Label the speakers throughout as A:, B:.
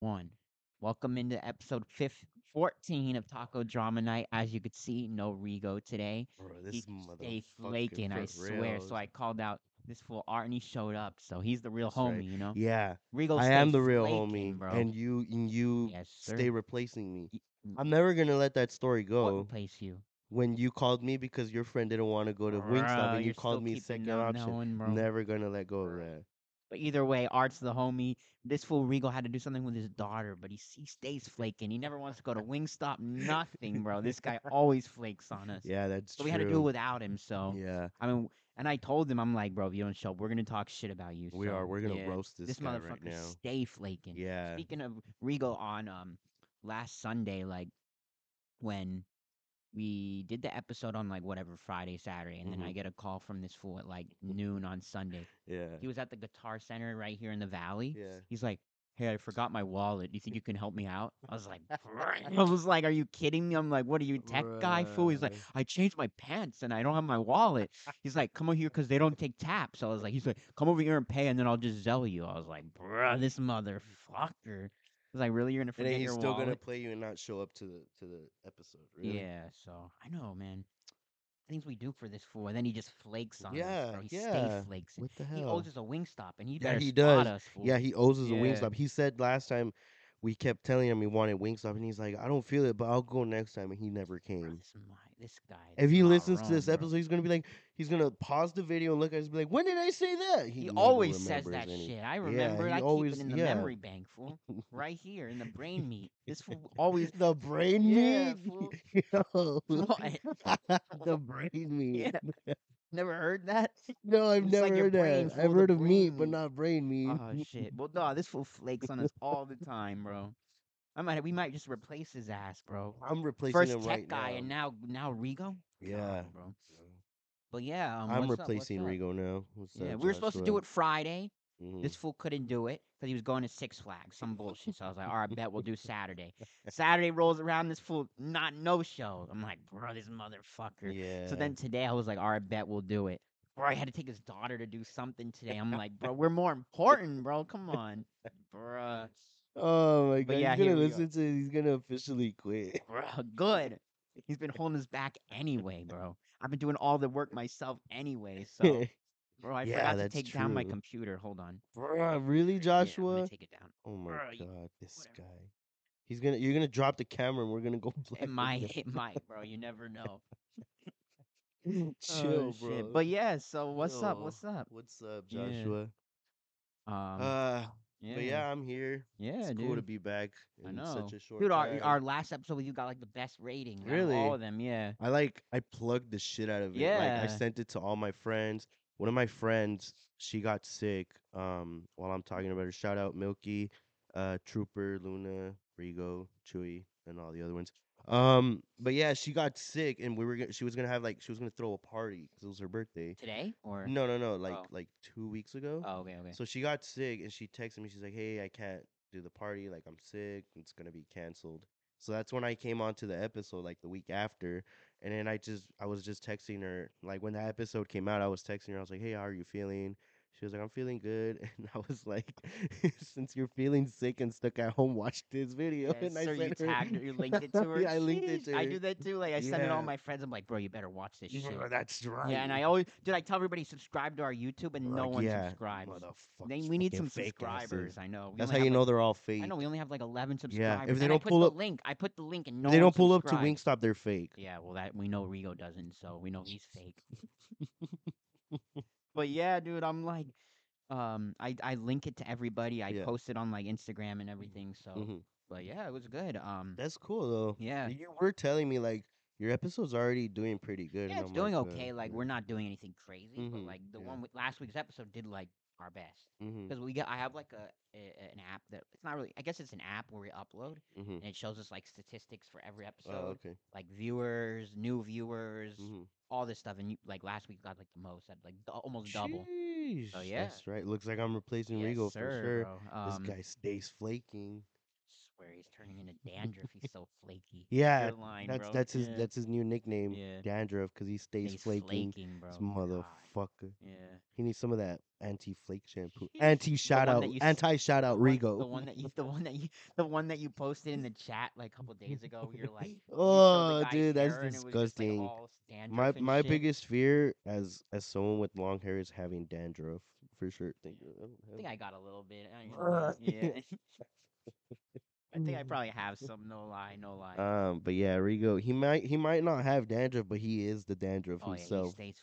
A: one. Welcome into episode fif 14 of Taco Drama Night. As you could see, no Rigo today.
B: Bro,
A: He
B: this
A: stayed
B: motherfucker
A: flaking, I
B: for
A: swear. So
B: reals.
A: I called out this fool Art and he showed up. So he's the real
B: That's right.
A: homie, you know?
B: Yeah,
A: Rigo
B: I
A: stayed
B: am the real
A: flaking,
B: homie,
A: bro.
B: and you and you
A: yes,
B: stay
A: sir.
B: replacing me.
A: Y-
B: I'm never gonna let that story
A: What
B: go.
A: replace you?
B: When you called me because your friend didn't want to go to Wingstop,
A: Bro,
B: and you
A: you're
B: called
A: still
B: me
A: keeping
B: second
A: on
B: option.
A: knowing, bro.
B: Never gonna let go of
A: Bruh.
B: that.
A: But either way, Art's the homie. This fool Regal had to do something with his daughter, but he, s- he stays flaking. He never wants to go to Wingstop, nothing, bro. This guy always flakes on us.
B: Yeah, that's
A: So we had to do it
B: true.
A: without him. So,
B: Yeah,
A: I mean, and I told him, I'm like, bro, if you don't show up, we're going to talk shit about you.
B: we are.
A: So,
B: We're gonna
A: yeah,
B: roast this
A: this
B: guy right
A: motherfucker
B: now.
A: stay flaking.
B: Yeah.
A: Speaking of Regal on um last Sunday, like when we did the episode on like whatever Friday, Saturday, and then I
B: Mhm.
A: get a call from this fool at like noon on Sunday.
B: Yeah.
A: He was at the guitar center right here in the valley.
B: Yeah.
A: He's like, "Hey, I forgot my wallet. Do you think you can help me out?" I was like, "I was like, are you kidding me?" I'm like, "What are you, tech guy fool?" He's like,
B: Bruh.
A: "I changed my pants and I don't have my wallet." He's like, "Come over here because they don't take taps." I was like, "He's like, come over here and pay, and then I'll just sell you." I was like, "Bruh, this motherfucker." I was like, "Really? You're gonna
B: And then
A: forget
B: he's
A: your
B: still gonna
A: wallet?"
B: play you and not show up to the to the episode. Really?
A: Yeah. So I know, man. Things we do for this fool, and then he just flakes on us,
B: Yeah.
A: bro. He stay
B: Yeah.
A: flakes.
B: What the
A: He oh,
B: hell?
A: owes us a wing stop, and he
B: Yeah,
A: better
B: he
A: spot
B: does.
A: us, fool.
B: Yeah, he owes us a
A: Yeah.
B: Wingstop. He said last time we kept telling him he wanted Wingstop, and he's like, I don't feel it, but I'll go next time. And he never
A: bro,
B: came.
A: this my this guy,
B: If
A: this
B: he listens to
A: Maroon,
B: this
A: bro.
B: episode, he's gonna be like, he's gonna pause the video and look at us and be like, when did I say that? He
A: He
B: never
A: always says
B: remembers
A: that
B: any.
A: shit. I
B: Yeah,
A: remember it.
B: he
A: I keep it
B: always,
A: in the
B: yeah.
A: memory bank, fool. Right here in the brain meat. This fool always
B: the brain
A: Yeah,
B: meat,
A: fool.
B: Yo.
A: What?
B: the brain meat.
A: Yeah. Never heard that?
B: No, I've
A: It's
B: never
A: like your
B: heard
A: brain,
B: that. I've
A: fool, the
B: heard of meat,
A: brain
B: but
A: meat.
B: not brain meat.
A: Oh shit. Well no, this fool flakes on us all the time, bro. I might we might just replace his ass, bro.
B: I'm replacing
A: First
B: him
A: tech
B: right
A: guy
B: now.
A: and now now Rigo?
B: Yeah.
A: Nah, bro. But yeah, um
B: I'm
A: what's up? What's
B: replacing
A: up?
B: Rigo now. What's
A: Yeah,
B: up,
A: we were supposed to do
B: Joshua?
A: it Friday.
B: hmm
A: This fool couldn't do it because he was going to Six Flags, some bullshit. So I was like, all right, bet we'll do Saturday. Saturday rolls around, this fool not no show. I'm like, bro, this motherfucker. So
B: Yeah.
A: then today I was like, all right, bet we'll do it. Bro, I had to take his daughter to do something today. I'm like, bro, we're more important, bro. Come on, bruh.
B: Oh my
A: But
B: god, he's
A: yeah,
B: gonna
A: here we are,
B: listen to. He's gonna officially quit.
A: bro. Uh, Good. He's been holding us back anyway, bro. I've been doing all the work myself anyway, so bro, I
B: yeah,
A: forgot to
B: that's
A: take down my
B: true.
A: computer. Hold on.
B: Bruh, Ah, really,
A: Yeah, I'm gonna
B: Joshua?
A: take it down.
B: Oh my
A: Bro, you,
B: god, this
A: whatever.
B: guy. He's gonna. You're gonna drop the camera, and we're gonna go
A: It
B: black with
A: might, it might, bro. You never know.
B: him.
A: Oh
B: Chill,
A: shit.
B: bro.
A: But yeah, so what's up?
B: Yo,
A: What's up?
B: what's up,
A: Yeah.
B: Joshua?
A: Um.
B: Uh, but
A: Yeah.
B: yeah, I'm here. It's
A: Yeah,
B: cool to
A: dude.
B: be back
A: I
B: in such
A: know.
B: a short
A: Dude, our our
B: time.
A: last episode with you got like the best ratings out of all
B: Really?
A: of them. Yeah.
B: I like I plugged the shit out of it. Like I
A: Yeah.
B: sent it to all my friends. One of my friends, she got sick. Um, while I'm talking about her, shout out Milky, uh, Trooper, Luna, Rigo, Chewy, and all the other ones. Um, but yeah, she got sick, and we were gonna, she was gonna have like she was gonna throw a party because it was her birthday.
A: Today or?
B: No, no, no, like
A: Oh.
B: like two weeks ago.
A: Oh, okay, okay.
B: So she got sick, and she texted me. She's like, "Hey, I can't do the party. Like I'm sick. It's gonna be canceled." So that's when I came onto the episode, like the week after. And then I just I was just texting her. Like when that episode came out, I was texting her. I was like, "Hey, how are you feeling?" She was like, "I'm feeling good." And I was like, "Since you're feeling sick and stuck at home, watch this
A: Yes,
B: video." And I
A: sir. You
B: sent her,
A: tagged her. You linked it to her.
B: yeah, I linked it
A: Sheesh.
B: to
A: I
B: her.
A: do that too. Like I send it to all
B: Yeah,
A: my friends. I'm like, bro, you better watch this
B: Yeah,
A: shit.
B: that's
A: Yeah, and
B: right.
A: I always did. I tell everybody subscribe to our YouTube, and no
B: Like,
A: one
B: yeah,
A: subscribes. Then
B: motherfuckers,
A: we need some
B: fucking fake asses.
A: subscribers. I know. We
B: That's
A: only have
B: how you
A: like.
B: know they're all
A: I
B: fake.
A: know we only have like 11
B: Yeah, if
A: subscribers, and
B: they
A: I
B: don't
A: put
B: pull
A: the
B: up,
A: link. I put the link, and
B: if
A: no
B: they
A: one
B: don't pull up to
A: subscribes.
B: Wingstop, they're fake.
A: Yeah, well, that we know Rigo doesn't, so we know he's fake. But yeah, dude, I'm like, um, I I link it to everybody. I
B: Yeah.
A: post it on like Instagram and everything. So,
B: Mhm.
A: but yeah, it was good. Um,
B: That's cool though.
A: yeah,
B: You were telling me like your episode's already doing pretty good,
A: yeah,
B: and
A: it's
B: I'm like,
A: doing okay. Like we're
B: uh,
A: not doing anything crazy, but
B: mm-hmm,
A: like the
B: yeah,
A: one with last week's episode did like our best
B: mm-hmm,
A: because we get I have like a, a an app that it's not really I guess it's an app where we upload
B: mm-hmm.
A: and it shows us like statistics for every
B: Oh,
A: episode,
B: okay.
A: like viewers, new viewers,
B: Mm-hmm.
A: all this stuff. And you, like last week got like the most, at like d- almost double. So
B: Sheesh,
A: yeah,
B: that's right. Looks like I'm replacing
A: yes
B: Rigo for
A: sir,
B: sure.
A: bro.
B: This
A: Um,
B: guy stays flaking.
A: where um, he's turning into dandruff. He's so flaky.
B: Yeah,
A: Good line,
B: that's
A: bro.
B: that's his
A: Yeah.
B: that's his new nickname,
A: Yeah.
B: Dandruff, because he stays
A: He's
B: flaking.
A: bro.
B: This
A: God.
B: motherfucker.
A: Yeah.
B: He needs some of that anti-flake shampoo.
A: The
B: Anti shout
A: one
B: out,
A: that you s-
B: anti shout out,
A: The one- The
B: Rigo.
A: one that you, the one that you, the one that you posted in the chat like a couple days ago. Where you're like, you showed the
B: Oh,
A: guy's
B: dude, that's
A: hair and it was just, like,
B: disgusting.
A: all dandruff
B: My
A: and
B: my
A: shit.
B: biggest fear as as someone with long hair is having dandruff for sure. Thank you. I don't
A: I
B: have
A: think I got a little bit. I don't even
B: Uh,
A: know, yeah. I think
B: Mm.
A: I probably have some. No lie, no lie. Oh,
B: Um, but yeah, Rigo, he might he might not have dandruff, but he is the dandruff
A: oh yeah, he
B: himself,
A: stays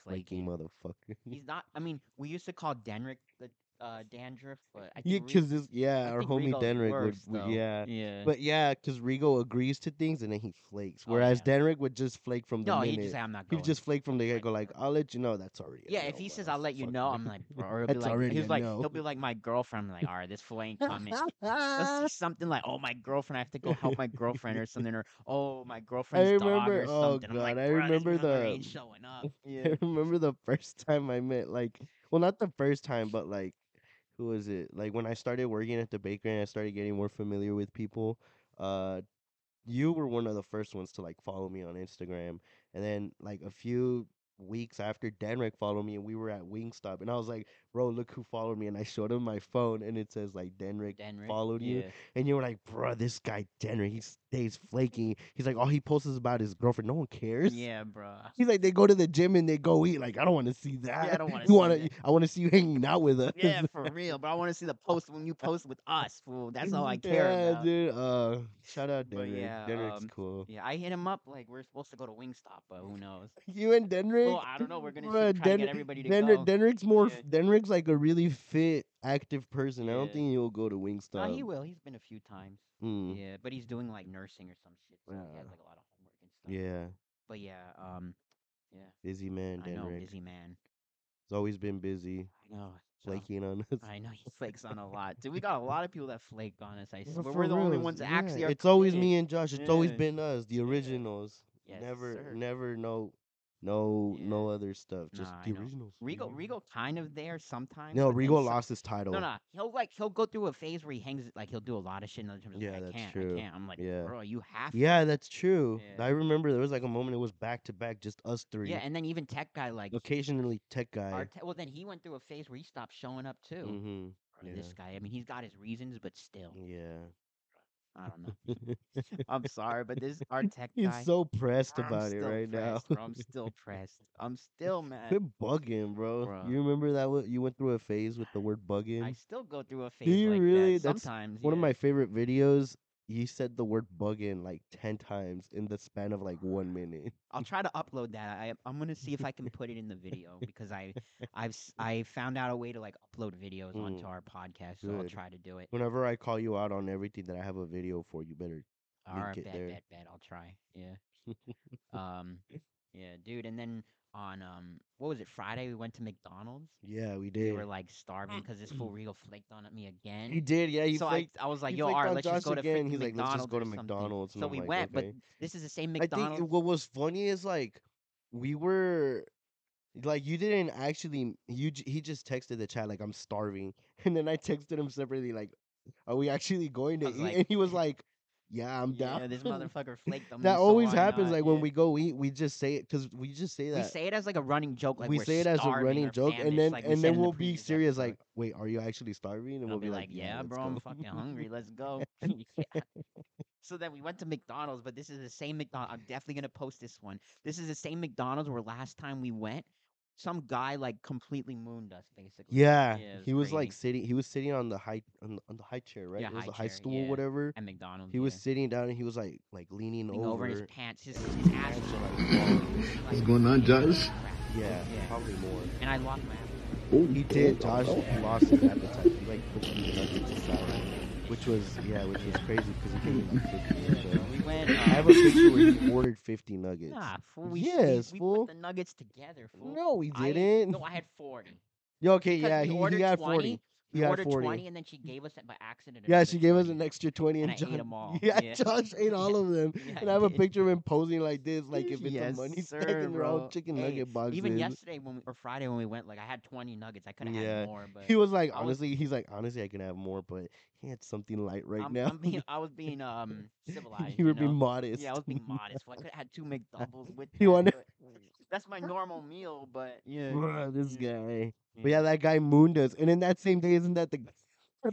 A: flaking.
B: flaking motherfucker.
A: He's not. I mean, we used to call Denrick the uh, dandruff, but I
B: Yeah,
A: think Re-
B: cause this yeah,
A: I
B: our
A: think
B: homie
A: Rigo's
B: Denrick
A: worse,
B: would,
A: though.
B: would yeah.
A: yeah.
B: But yeah, cause Rigo agrees to things and then he flakes,
A: Oh,
B: whereas
A: yeah.
B: Denrick would just flake from the
A: no,
B: minute.
A: he'd just say I'm not
B: He'd
A: going.
B: just flake from the
A: Something
B: get
A: like
B: go, like, I'll let you know. That's already. a
A: yeah, if
B: no,
A: he says I'll let you know, I'm like, bro, or he'll be
B: That's
A: like,
B: already
A: he's
B: a
A: like,
B: no.
A: he'll be like my girlfriend. I'm like, all right, this fool ain't coming. Let's see
B: motherfucker.
A: something like, oh my girlfriend, I have to go help my girlfriend or something, or oh my
B: I
A: girlfriend's dog
B: remember.
A: or
B: Oh
A: something.
B: god,
A: I'm like,
B: I
A: "Bruh, this
B: remember
A: mother
B: the.
A: ain't showing up. Yeah.
B: I remember the first time I met like, well, not the first time, but like, who was it? Like when I started working at the bakery and I started getting more familiar with people. Uh, you were one of the first ones to like follow me on Instagram, and then like a few weeks after Danrek followed me, and we were at Wingstop, and I was like, "Bro, look who followed me!" And I showed him my phone, and it says like Danrek
A: Denrick.
B: followed you,
A: Yeah.
B: and you were like, "Bro, this guy Danrek, he stays flaky. He's like, all he posts is about his girlfriend. No one cares."
A: Yeah, bro.
B: He's like, they go to the gym and they go eat. Like, I don't want to see that.
A: don't wanna
B: you
A: see
B: wanna-
A: that.
B: I want to see you hanging out with us.
A: Yeah, for real. But I want to see the post when you post with us, fool. That's all I care
B: yeah,
A: about.
B: dude. Uh, shout out
A: But
B: Denrick.
A: yeah,
B: Denrick's
A: um,
B: cool.
A: Yeah, I hit him up like we're supposed to go to Wingstop, but who knows?
B: You and Denrick.
A: Well, I don't know. We're gonna
B: Bruh,
A: see, try to
B: Den-
A: get everybody to go.
B: Denrick, Denrick's more.
A: Yeah.
B: f Denrick's like a really fit, active person. I don't
A: Yeah.
B: think he'll go to
A: No,
B: Wingstop.
A: he will. He's been a few times.
B: Mm,
A: Yeah, but he's doing like nursing or some shit. So he
B: Yeah.
A: has like a lot of homework and stuff.
B: yeah,
A: But yeah, um, yeah,
B: busy man.
A: I know,
B: Denrick.
A: busy man.
B: He's always been busy,
A: I know. so-
B: flaking on us.
A: I know he flakes on a lot. Dude, we got a lot of people that flake on us. I
B: Yeah,
A: swear.
B: for
A: We're the only
B: reals,
A: ones that
B: yeah.
A: actually are.
B: It's always
A: committed.
B: me and Josh. It's always
A: Yeah.
B: been us, the
A: Yeah.
B: originals.
A: Yes,
B: never,
A: sir.
B: never, no, no,
A: Yeah.
B: no other stuff. Just
A: Nah, I
B: the
A: know.
B: originals. the
A: Rego,
B: originals.
A: Rego kind of there sometimes.
B: No,
A: but then
B: Rigo
A: some-
B: lost his title.
A: No, no, he'll like he'll go through a phase where he hangs it. Like he'll do a lot of shit, and other times he's
B: Yeah,
A: like, I
B: that's
A: can't,
B: true.
A: I can't. I'm like,
B: Yeah.
A: bro, you have to.
B: Yeah, that's true.
A: Yeah.
B: I remember there was like a moment it was back to back, just us three.
A: Yeah, and then even tech guy like
B: Occasionally, tech
A: our
B: guy.
A: te- well, then he went through a phase where he stopped showing up too.
B: Mm-hmm.
A: Bro, This
B: yeah.
A: guy, I mean, he's got his reasons, but still,
B: Yeah,
A: I don't know. I'm sorry, but this our tech
B: he's
A: guy.
B: so pressed
A: I'm
B: about it
A: still
B: right
A: pressed,
B: now.
A: bro. I'm still pressed. I'm still mad.
B: Quit bugging, bro.
A: Bruh.
B: You remember that what you went through a phase with the word bugging?
A: I still go through a phase
B: you
A: like
B: really?
A: that
B: That's
A: sometimes.
B: One of
A: yeah.
B: my favorite videos. You said the word bugging like ten times in the span of like one minute.
A: I'll try to upload that. I I'm gonna see if I can put it in the video because I I've s- I found out a way to like upload videos onto
B: Mm,
A: our podcast, so I'll
B: good.
A: try to do it.
B: Whenever I call you out on everything that I have a video for, you better. link
A: Alright,
B: it
A: bet,
B: there.
A: bet, bet. I'll try. Yeah. um. Yeah, dude. And then on um, what was it? Friday we went to McDonald's.
B: Yeah, we
A: We
B: did.
A: were like starving because this fool Regal flaked on at me again.
B: he did. Yeah, he
A: so
B: flaked.
A: I, I was like,
B: he
A: yo, all
B: flaked
A: right,
B: on
A: let's
B: "Oh, Josh
A: just go to
B: again.
A: freaking
B: He's like, let's just
A: McDonald's
B: go
A: or
B: to
A: something.
B: McDonald's, and
A: So
B: I'm
A: we
B: like,
A: went,
B: okay.
A: but this is the same
B: I think
A: McDonald's.
B: it- what was funny is like we were like you didn't actually you j- he just texted the chat like I'm starving, and then I texted him separately like, are we actually going to
A: was
B: eat?
A: like,
B: and he was like, yeah, I'm
A: yeah,
B: down.
A: this motherfucker flaked on me.
B: that
A: so
B: always
A: why
B: happens.
A: not?
B: Like when
A: Yeah.
B: we go eat, we just say it because we just say
A: we
B: that.
A: say it as like a running joke, like
B: we
A: we're
B: say it as a
A: starving
B: running
A: or
B: joke, and
A: famished,
B: then
A: like we
B: and
A: said
B: then
A: in the
B: we'll be
A: previous
B: serious.
A: episode.
B: Like, wait, are you actually starving? And
A: And
B: we'll
A: I'll be like, "Yeah,
B: let's
A: bro, I'm
B: go."
A: fucking hungry. Let's go." Yeah. So then we went to McDonald's, but this is the same McDonald's. I'm definitely gonna post this one. This is the same McDonald's where last time we went, some guy like completely mooned us, basically.
B: Yeah,
A: it
B: he was like
A: crazy.
B: sitting. He was sitting on the high on the, on the high chair, right?
A: Yeah,
B: it was
A: high
B: the high
A: chair,
B: stool,
A: yeah.
B: whatever.
A: at McDonald's.
B: He was
A: yeah.
B: sitting down, and he was like like leaning
A: Leaning over,
B: over.
A: his pants, his,
B: and
A: his ass
B: pants
A: was
B: are,
A: like,
B: like, falling.
C: What's going on, Josh?
B: Yeah,
A: Yeah.
B: probably more.
A: And I locked my ass.
C: Oh,
B: He did. Josh lost his appetite. He like pushed the nuggets aside, which was yeah, which was crazy because he gave me like fifty. or so.
A: We went.
B: I have
A: Uh,
B: a picture where he ordered fifty nuggets.
A: nah, fool. We, we-
B: Yes,
A: we,
B: fool.
A: put the nuggets together, fool.
B: No, we
A: I-
B: didn't.
A: no, I had forty.
B: Yeah, okay,
A: Because
B: yeah,
A: we
B: he,
A: ordered
B: he had
A: 20,
B: 40. He
A: we
B: had
A: ordered
B: 40.
A: 20 and then she gave us it by accident.
B: Yeah,
A: another
B: she gave us
A: 20.
B: an extra 20
A: And
B: and,
A: I ate
B: Josh,
A: 'em all.
B: Yeah,
A: Yeah.
B: Josh ate all of them.
A: Yeah,
B: and
A: I
B: I have a
A: did.
B: picture of him posing like this, like if it's
A: Yes,
B: a money stack
A: sir,
B: and they're all
A: bro.
B: chicken
A: Hey,
B: nugget boxes.
A: Even yesterday when we, or Friday when we went, like I had 20 nuggets. I could have
B: Yeah,
A: had more, but
B: He was like,
A: I was-
B: honestly, he's like, honestly, I can have more, but had something light right
A: I'm,
B: now.
A: I'm being, I was being um civilized.
B: you were being
A: know?
B: modest.
A: Yeah, I was being modest. I could have had two McDoubles with
B: You
A: that,
B: wanna-
A: but That's my normal meal, but yeah.
B: Bruh, this
A: yeah,
B: guy. But yeah, that guy mooned us. And then that same day, isn't that the guy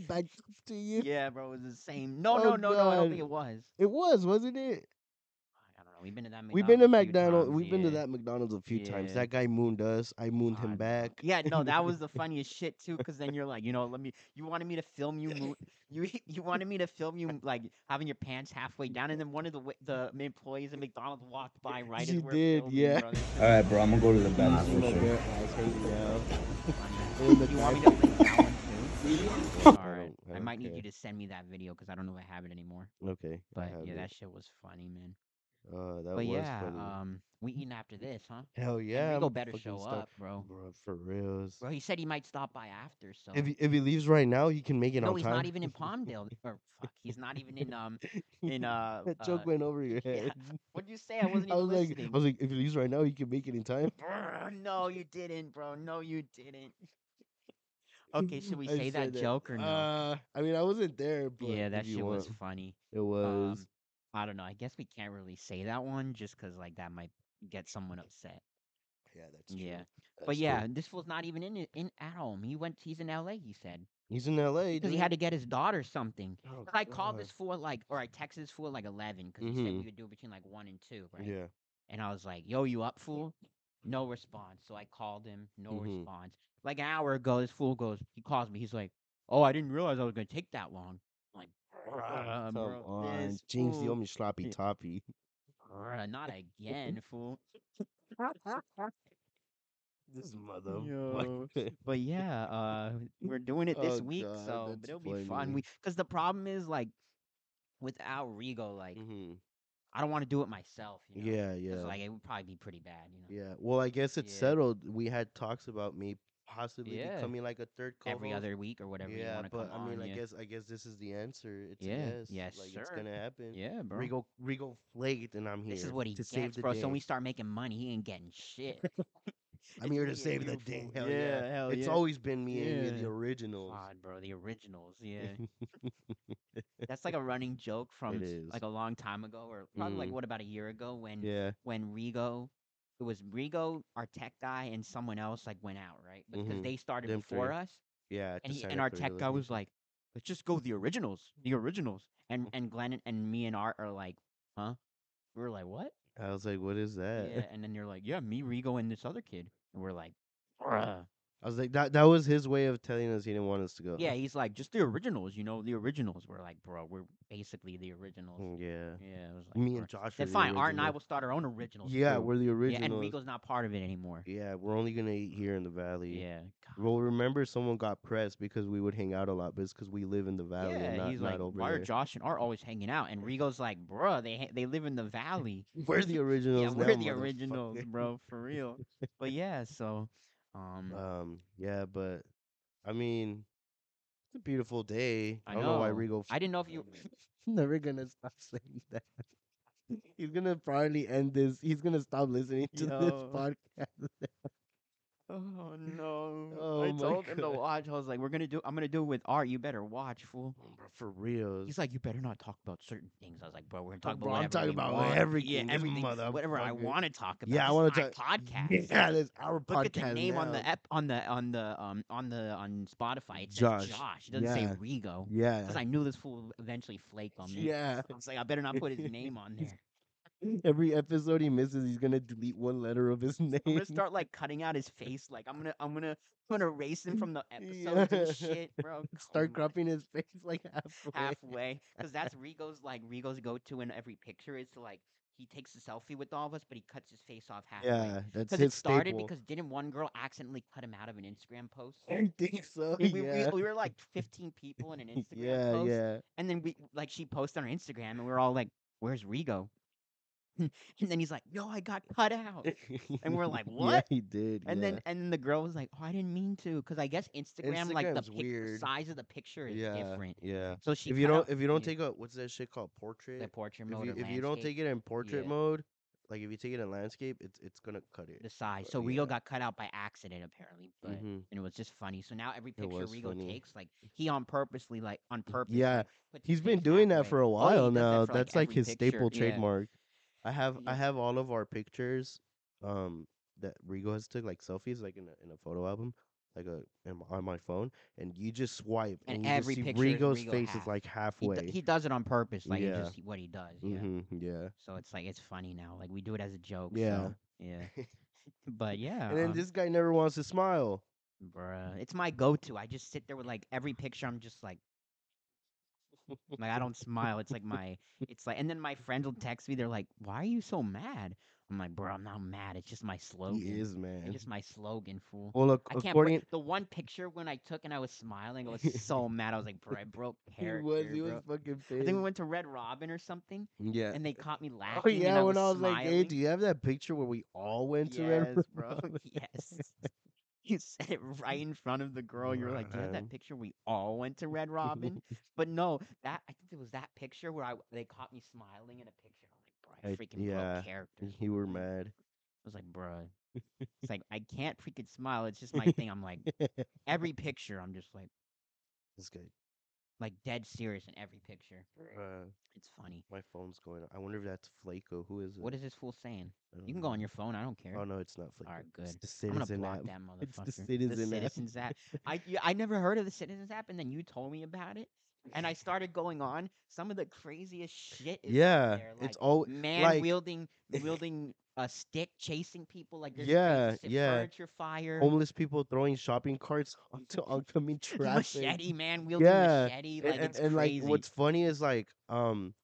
B: back to you?
A: yeah, bro, it was the same. No,
B: Oh,
A: no, no, no. I don't
B: God.
A: think it was.
B: It was, wasn't it?
A: I don't know. We've been to that. McDonald's
B: We've been
A: a
B: to
A: few
B: McDonald's.
A: times,
B: We've been to
A: yeah.
B: that McDonald's a few times.
A: Yeah.
B: That guy mooned us. I mooned
A: I
B: him
A: know.
B: back.
A: Yeah, no, that was the funniest shit too. Because then you're like, you know, let me. You wanted me to film you. Mo- you e, you wanted me to film you like having your pants halfway down, and then one of the wi- the employees at McDonald's walked by right
B: She
A: as we're
B: did,
A: filming,
B: yeah.
A: bro. This is
C: All right, bro. I'm gonna go to the
B: I was
C: bathroom for
B: like,
C: sure.
B: "Bruh, I was hanging out."
A: funny.
B: And the
A: you
B: guy-
A: want me to link that one too? All right,
B: don't-
A: I
B: don't
A: might need
B: care.
A: you to send me that video because I don't know if I have it anymore.
B: Okay. I
A: But
B: have
A: yeah,
B: it.
A: that shit was funny, man.
B: Uh, that
A: but
B: was
A: yeah,
B: funny.
A: um, we eating after this, huh?
B: Hell
A: And
B: yeah.
A: Rigo
B: I'm
A: better
B: fucking
A: show
B: stuck.
A: up, bro.
B: Bro, for reals.
A: Bro, he said he might stop by after, so.
B: If he, if he leaves right now, he can make it
A: no,
B: on
A: he's
B: time.
A: not even in Palmdale. Or fuck, he's not even in um in uh.
B: that
A: uh,
B: joke went over your head.
A: What'd you say? I wasn't even
B: I was like,
A: listening.
B: I was like, if he leaves right now, he can make it in time.
A: Brr, no, you didn't, bro. No, you didn't. okay, should we
B: I
A: say that
B: said
A: joke or no?
B: Uh, I mean, I wasn't there, but
A: yeah,
B: if
A: that
B: you
A: shit was
B: want-
A: funny.
B: It was.
A: Um, I don't know. I guess we can't really say that one just because like that might get someone upset.
B: yeah, that's true.
A: yeah,
B: That's
A: but
B: true.
A: yeah, this was not even in in at home. He went. He's in L.A. He said
B: he's in L.A.
A: because he had to get his daughter something.
B: Oh,
A: 'Cause I called
B: God.
A: this fool at like, or I texted this fool at like eleven because he said
B: Mhm.
A: we could do it between like one and two, right?
B: Yeah.
A: And I was like, yo, you up, fool? No response. So I called him, no
B: Mhm.
A: response. Like an hour ago, this fool goes, he calls me. He's like, oh, I didn't realize I was going to take that long. I'm like, bruh,
B: Ah, Come
A: um, bro,
B: on,
A: this
B: Jinx, you
A: fool,
B: owe me sloppy
A: Yeah.
B: toppy.
A: bruh, not again, fool.
B: This
A: Yo.
B: motherfucker.
A: But yeah, uh, we're doing it this
B: Oh,
A: week,
B: God,
A: so
B: that's
A: but it'll be fun.
B: funny.
A: We because the problem is like without Rigo, like
B: Mhm.
A: I don't want to do it myself. You know?
B: Yeah,
A: 'Cause,
B: yeah,
A: Like it would probably be pretty bad. You know.
B: yeah. Well, I guess it's
A: Yeah.
B: settled. We had talks about me possibly
A: Yeah.
B: becoming like a third co
A: Every other week or whatever you
B: Yeah,
A: want to
B: but
A: come
B: I mean,
A: on.
B: I
A: yeah.
B: guess I guess this is the answer. It's a
A: Yeah.
B: yes.
A: Yes,
B: like it's
A: sir.
B: gonna happen.
A: Yeah, bro.
B: Rego Rego flaked, and I'm here.
A: This is what he
B: to
A: gets,
B: save the
A: bro.
B: Day.
A: So when we start making money, he ain't getting shit.
B: I'm here to save the day. Hell yeah.
A: hell
B: it's
A: yeah.
B: always been me and you,
A: Yeah.
B: the originals.
A: God, bro, the originals. Yeah, that's like a running joke from
B: It
A: s- like
B: is. Mm.
A: a long time ago, or probably like what about a year ago when
B: yeah.
A: when Rigo, it was Rigo, our tech guy, and someone else like went out, right? Because
B: Mhm.
A: they started
B: Them
A: before
B: three.
A: us,
B: Yeah.
A: and
B: just
A: he,
B: sign
A: and
B: up
A: our
B: for
A: tech
B: the
A: guy
B: list.
A: was like, "Let's just go with the originals, the originals." And
B: Mm-hmm.
A: and Glenn and, and me and Art are like, "Huh?" We were like, "What?"
B: I was like, what is that?
A: Yeah, and then you're like, yeah, me, Rigo, and this other kid. And we're like, bruh.
B: I was like, that that was his way of telling us he didn't want us to go.
A: Yeah, he's like, just the originals, you know, the originals. We're like, bro, we're basically the originals.
B: Mm, Yeah.
A: Yeah, it was like,
B: Me
A: "Bruh."
B: and Josh.
A: Then
B: are the
A: fine, Art and I
B: original-
A: will start our own originals.
B: Yeah,
A: too.
B: we're the
A: yeah, and
B: original.
A: Rigo's not part of it anymore.
B: Yeah, we're only gonna eat here in the valley.
A: Yeah, God.
B: Well, remember someone got pressed because we would hang out a lot, but it's because we live in the valley and
A: yeah.
B: not,
A: he's
B: not
A: like,
B: over
A: why are
B: there.
A: Josh and Art always hanging out? And Rigo's like, bruh, they ha- they live in the valley.
B: We're the originals.
A: yeah, we're
B: now,
A: the
B: motherfucker.
A: originals, bro, for real. But yeah, so, um,
B: Um, yeah, but I mean, it's a beautiful day. I, don't know why
A: know.
B: Rigo.
A: I didn't know if you.
B: never gonna stop saying that. He's gonna probably end this. He's gonna stop listening to this
A: Yo. Mm.
B: podcast.
A: Oh no!
B: Oh,
A: I
B: my
A: told him to
B: God.
A: watch. I was like, "We're gonna do. I'm gonna do it with art. You better watch, fool."
B: Bro, For real.
A: He's like, "You better not talk about certain things." I was like, "Bro, we're gonna
B: Bro,
A: talk about
B: Oh, bro, I'm
A: whatever
B: talking
A: we
B: about
A: want.
B: everything,
A: Yeah,
B: this
A: everything. Whatever I
B: motherfucker.
A: want to talk about.
B: Yeah, I
A: This is
B: wanna
A: my podcast.
B: Yeah, that's our podcast.
A: Look at the name on the
B: now.
A: app on the on the um on the on Spotify. It says
B: Josh.
A: Josh. It doesn't say
B: Yeah.
A: Rigo.
B: Yeah.
A: Because I knew this fool would eventually flake on me.
B: Yeah.
A: I was like, "I better not put his name on there.
B: Every episode he misses, he's gonna delete one letter of his name.
A: I'm gonna start like cutting out his face. Like I'm gonna I'm gonna I'm gonna erase him from the episodes
B: Yeah.
A: and shit, bro. Oh
B: start
A: my
B: cropping his face like halfway.
A: halfway because that's Rigo's like Rigo's go to in every picture is to like he takes a selfie with all of us, but he cuts his face off halfway.
B: Yeah, that's
A: because
B: his
A: it started
B: staple.
A: because didn't one girl accidentally cut him out of an Instagram post?
B: I think so.
A: We, we,
B: yeah.
A: we, we were like 15 people in an Instagram
B: yeah,
A: post,
B: yeah.
A: and then we like she posted on her Instagram, and we are all like, "Where's Rigo?" and then he's like, "Yo, I got cut out." And we're like, "What?"
B: Yeah, he did.
A: And
B: yeah.
A: then and then the girl was like, "Oh, I didn't mean to," because I guess Instagram like the
B: Instagram's
A: pic-
B: weird.
A: size of the picture is
B: yeah,
A: different.
B: Yeah.
A: So she
B: if you
A: cut
B: don't
A: out
B: if you don't
A: yeah,
B: take a what's that shit called portrait?
A: the portrait
B: If
A: mode
B: you,
A: or
B: if you don't
A: landscape.
B: take it in portrait
A: Yeah.
B: mode, like if you take it in landscape, it's it's gonna cut it.
A: the size.
B: But
A: So Rigo
B: yeah.
A: got cut out by accident apparently, but
B: Mhm.
A: and it was just funny. So now every picture
B: was
A: Rigo
B: funny.
A: takes, like he on purposely, like on purpose.
B: yeah,
A: like, puts his
B: He's been
A: face
B: doing that
A: halfway.
B: for a
A: Oh, yeah,
B: while
A: he does that
B: now.
A: for,
B: That's like
A: every
B: his
A: picture.
B: staple
A: Yeah.
B: trademark. I have I
A: Yeah.
B: have all of our pictures um that Rigo has took like selfies like in a in a photo album like a in, my- on my phone and you just swipe
A: And
B: you just
A: every
B: see
A: picture is
B: Rigo's
A: Rigo
B: face
A: half.
B: is like
A: He,
B: halfway.
A: d- he does it on purpose, like
B: Yeah.
A: it's just what he does. Yeah.
B: Mhm, yeah.
A: So it's like it's funny now. Like we do it as a joke.
B: Yeah.
A: so, yeah. But yeah.
B: and then
A: um,
B: this guy never wants to smile.
A: Bruh, it's my go-to. I just sit there with like every picture. I'm just like, like I don't smile. It's like my, it's like, and then my friends will text me. They're like, "Why are you so mad?" I'm like, "Bro, I'm not mad. It's just my slogan.
B: He is
A: It's
B: man.
A: just my slogan, fool."
B: Well, look,
A: I can't.
B: according
A: Bra- the one picture when I took and I was smiling, I was so mad. I was like, "Bro, I broke
B: he
A: character."
B: was he was
A: bro."
B: fucking
A: I
B: pissed.
A: think we went to Red Robin or something,
B: yeah.
A: and they caught me laughing.
B: Oh yeah,
A: and I was
B: when I was
A: smiling.
B: like, "Hey, do you have that picture where we all went to Red
A: Yes,
B: Room?"
A: bro. Yes. You said it right in front of the girl. You were like, "Do you have that
B: Right.
A: picture? We all went to Red Robin." but no, that I think it was that picture where I they caught me smiling in a picture. I'm like,
B: I-
A: bro, I freaking
B: yeah,
A: broke character.
B: You were
A: Yeah.
B: mad.
A: I was like, bruh. It's like I can't freaking smile. It's just my thing. I'm like every picture. I'm just like
B: This guy.
A: like dead serious in every picture.
B: Uh,
A: It's funny.
B: my phone's going. on. I wonder if that's Flaco. Who is it?
A: What is this fool saying?
B: I don't
A: You can go
B: know.
A: on your phone. I don't care.
B: Oh no, it's not Flaco.
A: Alright,
B: It's
A: good.
B: the
A: I'm gonna
B: Citizen
A: block
B: app.
A: that motherfucker.
B: It's the Citizen app.
A: Citizens app. I yeah, I never heard of the Citizens app, and then you told me about it, and I started going on. Some of the craziest shit. Is on
B: Yeah,
A: there, like
B: it's all.
A: man
B: like-
A: wielding wielding a stick, chasing people like there's
B: Yeah,
A: crazy shit,
B: yeah.
A: furniture fire,
B: Homeless people throwing shopping carts onto oncoming traffic.
A: machete man wielding
B: Yeah,
A: machete.
B: and,
A: Like
B: and-
A: it's
B: and, like
A: crazy.
B: what's funny is like um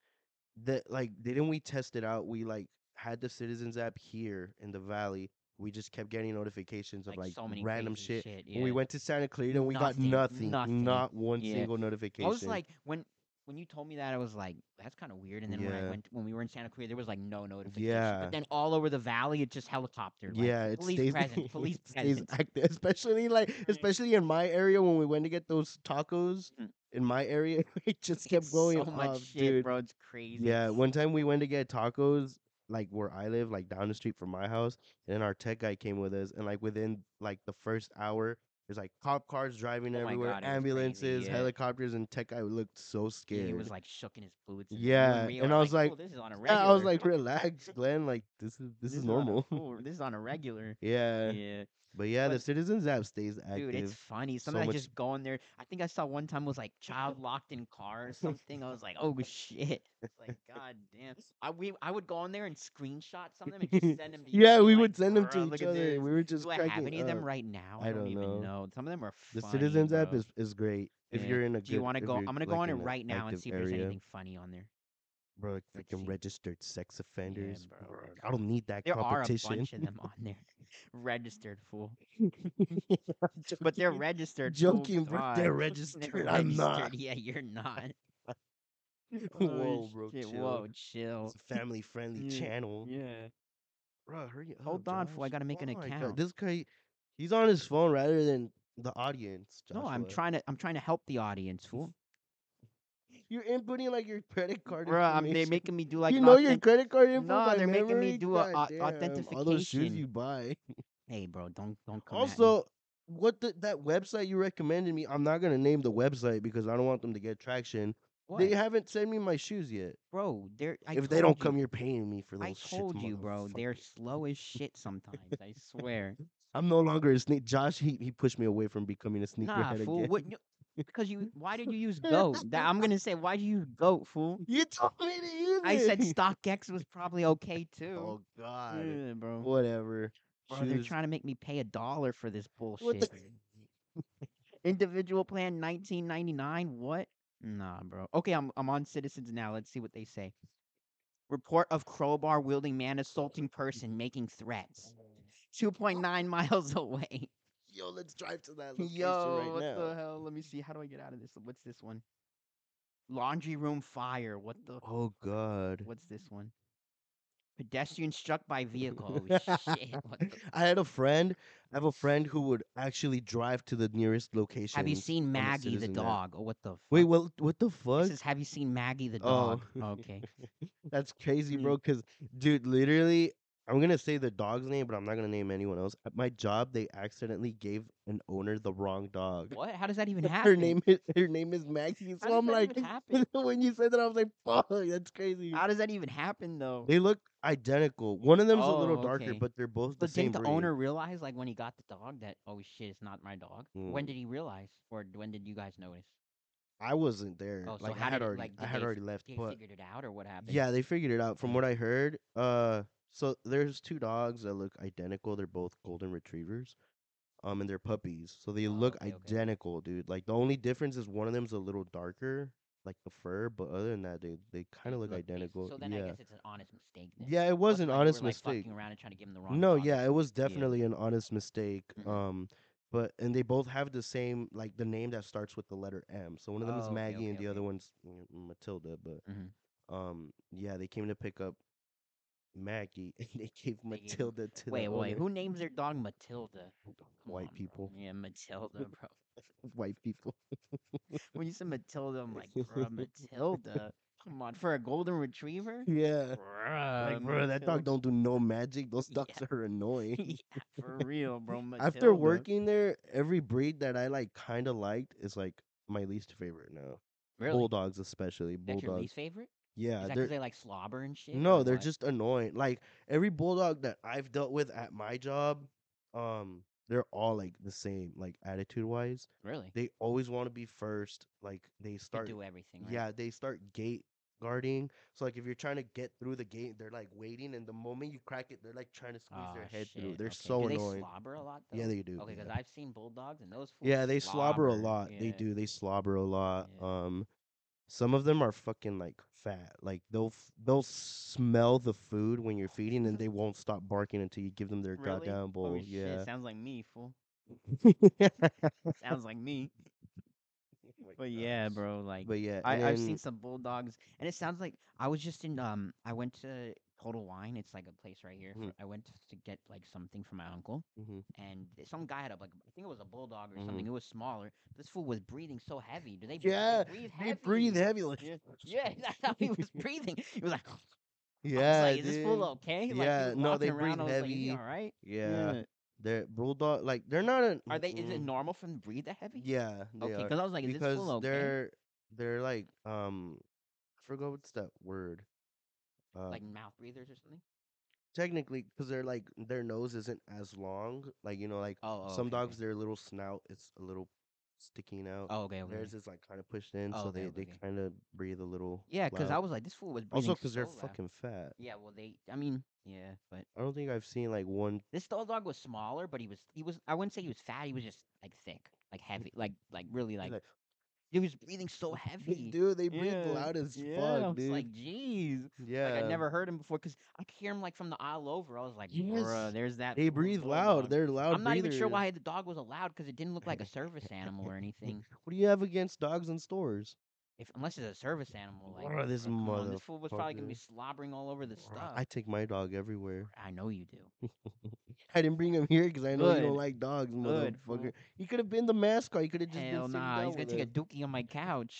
B: that like didn't we test it out we like had the citizens app here in the valley we just kept getting notifications of
A: like,
B: like,
A: so many
B: random
A: crazy
B: shit,
A: shit.
B: when we
A: yeah.
B: went to santa clarita we got
A: Nothing,
B: nothing,
A: nothing.
B: not one
A: Yeah.
B: single notification
A: I was like when when you told me that I was like that's kind of weird and then when I
B: Yeah.
A: went when we were in Santa Cruz there was like no notification
B: Yeah.
A: but then all over the valley it's just helicopter like,
B: yeah, it
A: police
B: stays,
A: presence police
B: it stays
A: presence
B: active, especially like
A: Right.
B: especially in my area when we went to get those tacos
A: Mm.
B: in my area, it just kept
A: It's
B: going
A: so much
B: up,
A: shit
B: dude.
A: bro it's crazy
B: Yeah, one time we went to get tacos, like where I live, like down the street from my house, and then our tech guy came with us, and like within like the first hour, there's like cop cars driving
A: Oh my God,
B: everywhere,
A: it was crazy,
B: ambulances,
A: yeah.
B: helicopters, and tech guy looked so
A: Yeah,
B: scared.
A: he was like shook in his boots and
B: Yeah,
A: we were
B: and I was
A: "Cool, this is on a
B: Yeah,
A: regular
B: I was like, relax, Glenn. Like this is this, is
A: on a
B: normal.
A: full- this is on a regular
B: yeah.
A: yeah
B: but yeah, the
A: But-
B: Citizens app stays active.
A: Dude, it's funny.
B: So
A: Sometimes I
B: much-
A: just go in there. I think I saw one time was like child locked in car or something. I was like, oh shit. It's like, god damn. I we I would go in there and screenshot some of them and just send them to you
B: yeah,
A: and be
B: we
A: like,
B: would send them to
A: "Bruh,
B: each
A: look at
B: other. and
A: this."
B: We were just
A: Do I
B: cracking
A: have any of them
B: up.
A: right now?
B: I
A: I don't,
B: don't
A: even
B: know.
A: know. Some of them are
B: The
A: funny,
B: Citizens app
A: bro.
B: is, is great if
A: Yeah.
B: you're in a.
A: Do you
B: want to
A: go? I'm gonna go on it right now and see if there's anything funny on there.
B: Bro, like
A: Let's
B: freaking
A: see.
B: registered sex offenders.
A: bro.
B: Brr, I don't need that
A: There are a
B: competition.
A: bunch of them on there, registered fool. But they're
B: Joking.
A: registered. fool,
B: joking, bro. They're
A: God.
B: registered. I'm not.
A: registered. Yeah, you're not. Oh,
B: Whoa, bro.
A: shit,
B: chill.
A: Whoa, chill.
B: It's a family friendly
A: Yeah.
B: channel.
A: Yeah.
B: Bro, hurry up.
A: Hold on, fool, I
B: Josh.
A: gotta make an
B: Oh my God,
A: account.
B: This guy, he's on his phone rather than the audience.
A: No, I'm
B: Joshua.
A: trying to. I'm trying to help the audience, fool.
B: You're inputting like your credit card.
A: Bro, I'm, they're
B: information.
A: making me do like.
B: you
A: an
B: know your
A: authentic-
B: credit card info.
A: Nah,
B: by
A: they're making me
B: memory?
A: do a au-
B: Goddamn, All those shoes
A: authentication.
B: you buy.
A: Hey, bro, don't don't come. at me.
B: Also, what the, that website you recommended me? I'm not gonna name the website because I don't want them to get traction.
A: What?
B: They haven't sent me my shoes yet.
A: bro, they're. I
B: if they don't
A: told you.
B: come, you're paying me for those.
A: I
B: shits,
A: told you, bro. They're
B: motherfucker.
A: slow as shit sometimes. I swear.
B: I'm no longer a sneak. Josh, he he pushed me away from becoming a
A: Nah,
B: sneakerhead
A: fool.
B: again.
A: What? you- Because you. Why did you use goat? That, I'm gonna say. Why did you use goat, fool?
B: You told me to use
A: I said
B: it.
A: StockX was probably okay too.
B: Oh God.
A: yeah, bro.
B: Whatever.
A: Bro, they're
B: Shoes.
A: trying to make me pay a dollar for this bullshit.
B: What the-
A: Individual plan, nineteen ninety nine. What? Nah, bro. Okay, I'm I'm on Citizens now. Let's see what they say. Report of crowbar wielding man assaulting person, making threats. Two point nine miles away.
B: Yo, let's drive to that location
A: Yo,
B: right
A: what
B: now.
A: the hell? Let me see. How do I get out of this? What's this one? Laundry room fire. What the?
B: Oh God.
A: What's this one? Pedestrian struck by vehicle. Oh, shit. What the-
B: I had a friend. I have a friend who would actually drive to the nearest location.
A: Have you seen Maggie the
B: Citizen App.
A: dog? Oh, what the?
B: Wait,
A: fuck?
B: what? What the fuck?
A: This is Have you seen Maggie the
B: Oh.
A: dog? Okay.
B: That's crazy,
A: Mm.
B: bro. Because, dude, literally, I'm gonna say the dog's name, but I'm not gonna name anyone else. At my job, they accidentally gave an owner the wrong dog.
A: What? How does that even happen?
B: Her name is her name is Maggie.
A: How
B: So
A: does
B: I'm
A: that
B: like,
A: even happen?
B: when you said that, I was like, fuck, that's crazy.
A: How does that even happen though?
B: They look identical. One of them's a little
A: Oh,
B: darker,
A: okay.
B: but they're both
A: But
B: the same.
A: didn't the
B: breed.
A: owner realize, like, when he got the dog, that oh shit, it's not my dog? When
B: Mm.
A: did he realize, or d- when did you guys notice?
B: I wasn't there.
A: Oh, so
B: like
A: how
B: I had
A: did it-
B: already,
A: like,
B: I
A: did
B: had
A: they
B: already left.
A: They
B: But
A: figured it out, or what happened?
B: yeah, they figured it out. From
A: Yeah.
B: what I heard, uh, so there's two dogs that look identical. They're both golden retrievers, um, and they're puppies. So they
A: Oh,
B: look
A: okay, okay.
B: identical, dude. Like the only difference is one of them's a little darker, like the fur. But other than that, they they kind of look,
A: basi-
B: identical.
A: So then
B: yeah.
A: I guess it's an honest mistake. Then.
B: yeah, it was
A: wasn't like
B: an
A: you
B: honest
A: were, like,
B: mistake.
A: Fucking around and trying to give him the wrong.
B: No,
A: dog.
B: yeah, it was
A: Yeah.
B: definitely an honest mistake.
A: Mhm.
B: Um, but and they both have the same like the name that starts with the letter M. So one of them
A: Oh,
B: is
A: okay,
B: Maggie
A: okay,
B: and the other
A: okay.
B: one's mm, Matilda. But
A: Mhm.
B: um, yeah, they came to pick up Maggie and they gave
A: They gave-
B: Matilda to the
A: Wait, wait.
B: owner.
A: Who names their dog Matilda? Oh, Come
B: White
A: on, bro.
B: people.
A: Yeah, Matilda, bro.
B: white people.
A: When you said Matilda, I'm like, bruh, Matilda. Come on, for a golden retriever?
B: Yeah,
A: Bruh,
B: like bro, that dog
A: Matilda.
B: don't do no magic. Those
A: Um, Yeah.
B: dogs are annoying.
A: yeah, for real, bro. Matilda.
B: After working there, every breed that I like kind of liked is like my least favorite now.
A: really?
B: Bulldogs especially.
A: That's your
B: Bulldogs.
A: least favorite?
B: Yeah,
A: Is that
B: they're-
A: because they like slobber and shit?
B: No,
A: or
B: they're
A: what?
B: just annoying. Like every bulldog that I've dealt with at my job, um, they're all like the same, like attitude wise.
A: really.
B: They always want to be first. Like they
A: They
B: start
A: do everything. Right?
B: Yeah, they start gate guarding. So like if you're trying to get through the gate, they're like waiting and the moment you crack it, they're like trying to squeeze their
A: Aw,
B: head through.
A: shit,
B: They're
A: okay.
B: so
A: do they
B: annoying.
A: slobber a lot. Though?
B: Yeah, they do.
A: Okay,
B: yeah.
A: because I've seen bulldogs and those. fools
B: Yeah, they slobber a
A: slobber,
B: lot. They
A: yeah.
B: do. They slobber a lot.
A: Yeah.
B: Um, some of them are fucking like fat. Like they'll f- they'll smell the food when you're feeding, and they won't stop barking until you give them their
A: Really?
B: goddamn bowl.
A: Oh,
B: yeah.
A: Shit, sounds like me, fool.
B: Oh
A: Sounds like me.
B: my
A: But
B: God.
A: yeah, bro. Like,
B: But yeah,
A: I,
B: and
A: I've seen
B: then-
A: some bulldogs, and it sounds like I was just in. Um, I went to Total Wine. It's like a place right here.
B: Mhm.
A: for- I went to get like something for my uncle,
B: Mhm.
A: and th- some guy had a like. I think it was a bulldog or
B: Mhm.
A: something. It was smaller. This fool was breathing so heavy. Do they? bre-
B: Yeah,
A: they breathe
B: They breathe
A: heavy.
B: heavy. Like
A: Yeah, yeah, that's how he was breathing. He was like,
B: yeah,
A: I was like, is this fool
B: dude.
A: okay? Like, he
B: Yeah,
A: was
B: no,
A: walking
B: they
A: around,
B: breathe
A: I was like, is he
B: heavy.
A: all right?
B: yeah. They're bulldog. Like they're not. A,
A: Are they? Is it
B: Mm,
A: normal for them to breathe that heavy?
B: Yeah, they
A: Okay,
B: are.
A: because I was like, is this
B: because
A: fool okay?
B: they're they're like um, I forgot what's that word. Uh,
A: Like mouth breathers or something?
B: technically because they're like their nose isn't as long like you know like
A: Oh, oh
B: some
A: okay,
B: dogs
A: Okay.
B: their little snout is a little sticking out
A: Oh, okay, okay.
B: theirs
A: okay.
B: is like kind of pushed in
A: Oh,
B: so
A: okay,
B: they,
A: okay,
B: they
A: okay.
B: kind of breathe a little
A: Yeah, because I
B: loud.
A: was like, this fool was breathing
B: also because they're
A: so loud.
B: fucking fat
A: Yeah, well, they. I mean, yeah, but
B: i don't think i've seen like one
A: this dog dog was smaller, but he was he was. I wouldn't say he was fat. He was just like thick, like heavy, like like really like.
B: like,
A: He was breathing so
B: "Hey,
A: heavy.
B: dude they breathe
A: Yeah,
B: loud as
A: yeah,
B: fuck
A: I'm just
B: dude
A: like, jeez.
B: yeah
A: Like I never heard him before because I could hear him like from the aisle over. I was like,
B: Yes,
A: bruh, there's that.
B: they
A: fool
B: breathe
A: bulldog."
B: loud they're loud
A: I'm not even sure
B: breathers.
A: why the dog was allowed because it didn't look like a service animal or anything.
B: what do you have against dogs in stores
A: If unless it's a service animal, like
B: Bruh, this
A: bruh, come on, this fool was probably gonna be
B: motherfucker.
A: slobbering all over the
B: Bruh,
A: stuff.
B: i take my dog everywhere
A: I know you do.
B: I didn't bring him here because I know you
A: Good.
B: don't like dogs,
A: Good,
B: motherfucker. He could have been the mascot. He could have just
A: Hell
B: been
A: nah, he's
B: sitting
A: gonna take a dookie on my couch.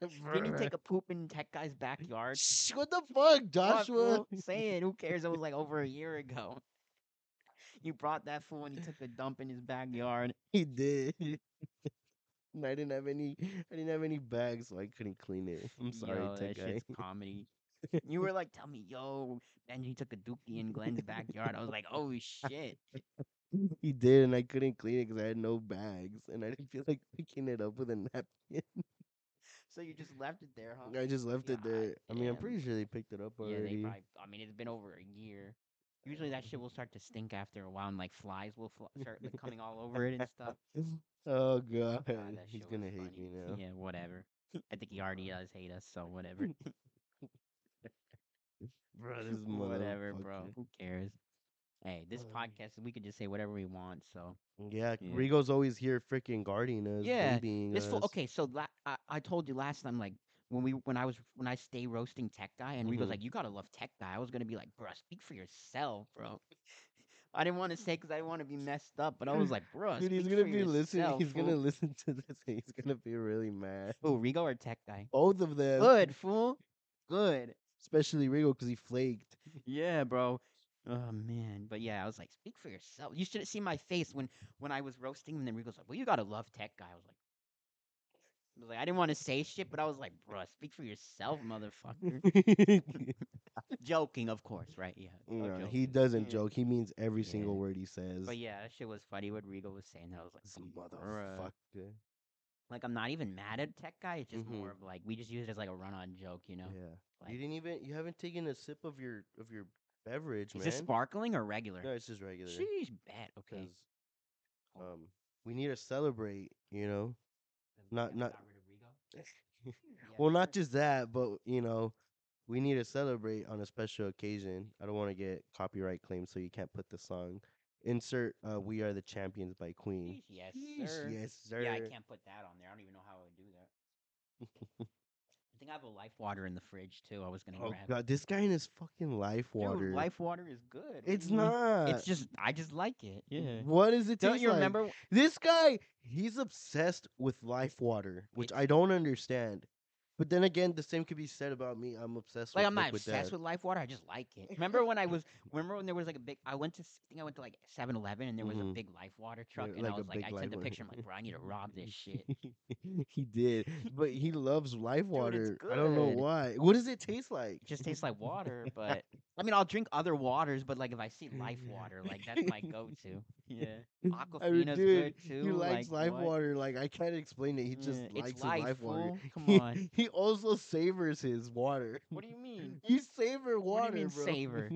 B: down
A: Didn't he
B: with
A: take a poop in tech guy's backyard?
B: Shh, What the fuck,
A: Fuck,
B: Joshua?
A: fool, saying who cares? It was like over a year ago. You brought that fool and he took a dump in his backyard.
B: He did. And I didn't have any. I didn't have any bags, so I couldn't clean it. I'm sorry,
A: yo,
B: tech
A: that
B: guy.
A: shit's comedy. you were like, tell me, yo, and you took a dookie in Glenn's backyard. I was like, oh shit.
B: He did, and I couldn't clean it because I had no bags, and I didn't feel like picking it up with a napkin.
A: So you just left it there, huh?
B: I just left it
A: God
B: there. I mean, I'm
A: damn.
B: pretty sure they picked it up
A: yeah,
B: already.
A: they probably. I mean, it's been over a year. Usually that shit will start to stink after a while, and like flies will fl- start like, coming all over it and stuff.
B: oh god,
A: God, that shit
B: he's
A: was
B: gonna hate
A: funny.
B: me now.
A: Yeah, whatever. I think he already does hate us, so whatever.
B: Bro, this
A: whatever, bro.
B: motherfucker.
A: Who cares? Hey, this
B: Oh,
A: podcast we could just say whatever we want. So
B: Yeah,
A: Yeah.
B: Rigo's always here freaking guarding us.
A: Yeah,
B: babying
A: this fool.
B: us.
A: Okay, so la- I I told you last time like when we when I was when I stay roasting Tech Guy and we was
B: Mhm.
A: like, "You gotta love Tech Guy." I was gonna be like, "Bruh, speak for yourself, bro." I didn't want to say because I didn't want to be messed up, but I was like, "Bruh,
B: Dude, he's
A: speak
B: gonna
A: for
B: be listening.
A: yourself,
B: He's gonna
A: fool."
B: listen to this. and He's gonna be really mad.
A: Oh, Rigo or Tech Guy?
B: Both of them,
A: Good fool, good.
B: especially Rigo, because he flaked.
A: Yeah, bro. Oh man, but yeah, I was like, "Speak for yourself." You should have seen my face when when I was roasting him. And Rigo's like, "Well, you gotta love Tech Guy." I was like. I was like, I didn't want to say shit, but I was like, bruh, speak for yourself, motherfucker. joking, of course, right? Yeah. no
B: No, he
A: joking.
B: doesn't
A: Yeah.
B: joke. He means every
A: Yeah.
B: single word he says.
A: But yeah, that shit was funny. What Rigo was saying, I was like,
B: This
A: "Bruh."
B: motherfucker.
A: Like, I'm not even mad at Tech Guy. It's just
B: Mhm.
A: more of like we just use it as like a run-on joke, you know?
B: Yeah.
A: Like,
B: you didn't even. You haven't taken a sip of your of your beverage,
A: is
B: man.
A: this sparkling or regular?
B: No, it's just regular.
A: Sheesh, bet. Okay.
B: 'cause,
A: Cool.
B: um, we need to celebrate. You know.
A: Then
B: not-
A: we
B: not-
A: got rid of Rigo? Yeah,
B: Well, not
A: sure.
B: just that, but you know, we need to celebrate on a special occasion. I don't want to get copyright claims, so you can't put the song. Insert uh, "We Are the Champions" by Queen.
A: Sheesh, Yes,
B: Yeesh,
A: sir.
B: Yes, sir.
A: Yeah, I can't put that on there. I don't even know how I would do that. I think I have a life water in the fridge too. I was gonna
B: Oh
A: grab.
B: god, this guy and his fucking life water.
A: Dude, life water is good. What
B: it's
A: do you mean?
B: not.
A: It's just I just like it. Yeah.
B: What does it
A: Don't
B: taste
A: you
B: like?
A: remember?
B: This guy, he's obsessed with life water, which
A: It's-
B: I don't understand. But then again, the same could be said about me. I'm obsessed
A: Like
B: with
A: I'm not
B: liquid
A: obsessed
B: death.
A: with life water. I just like it. Remember when I was? Remember when there was like a big? I went to. s- I think I went to like 7-Eleven and there was a
B: Mhm.
A: big life water truck,
B: Yeah,
A: and
B: like
A: I
B: a
A: was like,
B: big
A: I
B: Life
A: took the
B: Water.
A: picture. I'm like, bro, I need to rob this shit.
B: he did, but he loves life water.
A: it's
B: I don't know
A: good.
B: why. What does it taste like?
A: It just tastes like water, but I mean, I'll drink other waters, but like if I see life water, like that's my go-to. Yeah,
B: I mean,
A: Aquafina's
B: dude,
A: good too.
B: He likes
A: like,
B: life
A: what?
B: water. Like I can't explain it. He just
A: Yeah, it's
B: likes his
A: life,
B: life water.
A: fool. Come
B: He-
A: on.
B: He also savors his water.
A: What do you mean?
B: You savor water,
A: what do you mean
B: bro.
A: savor?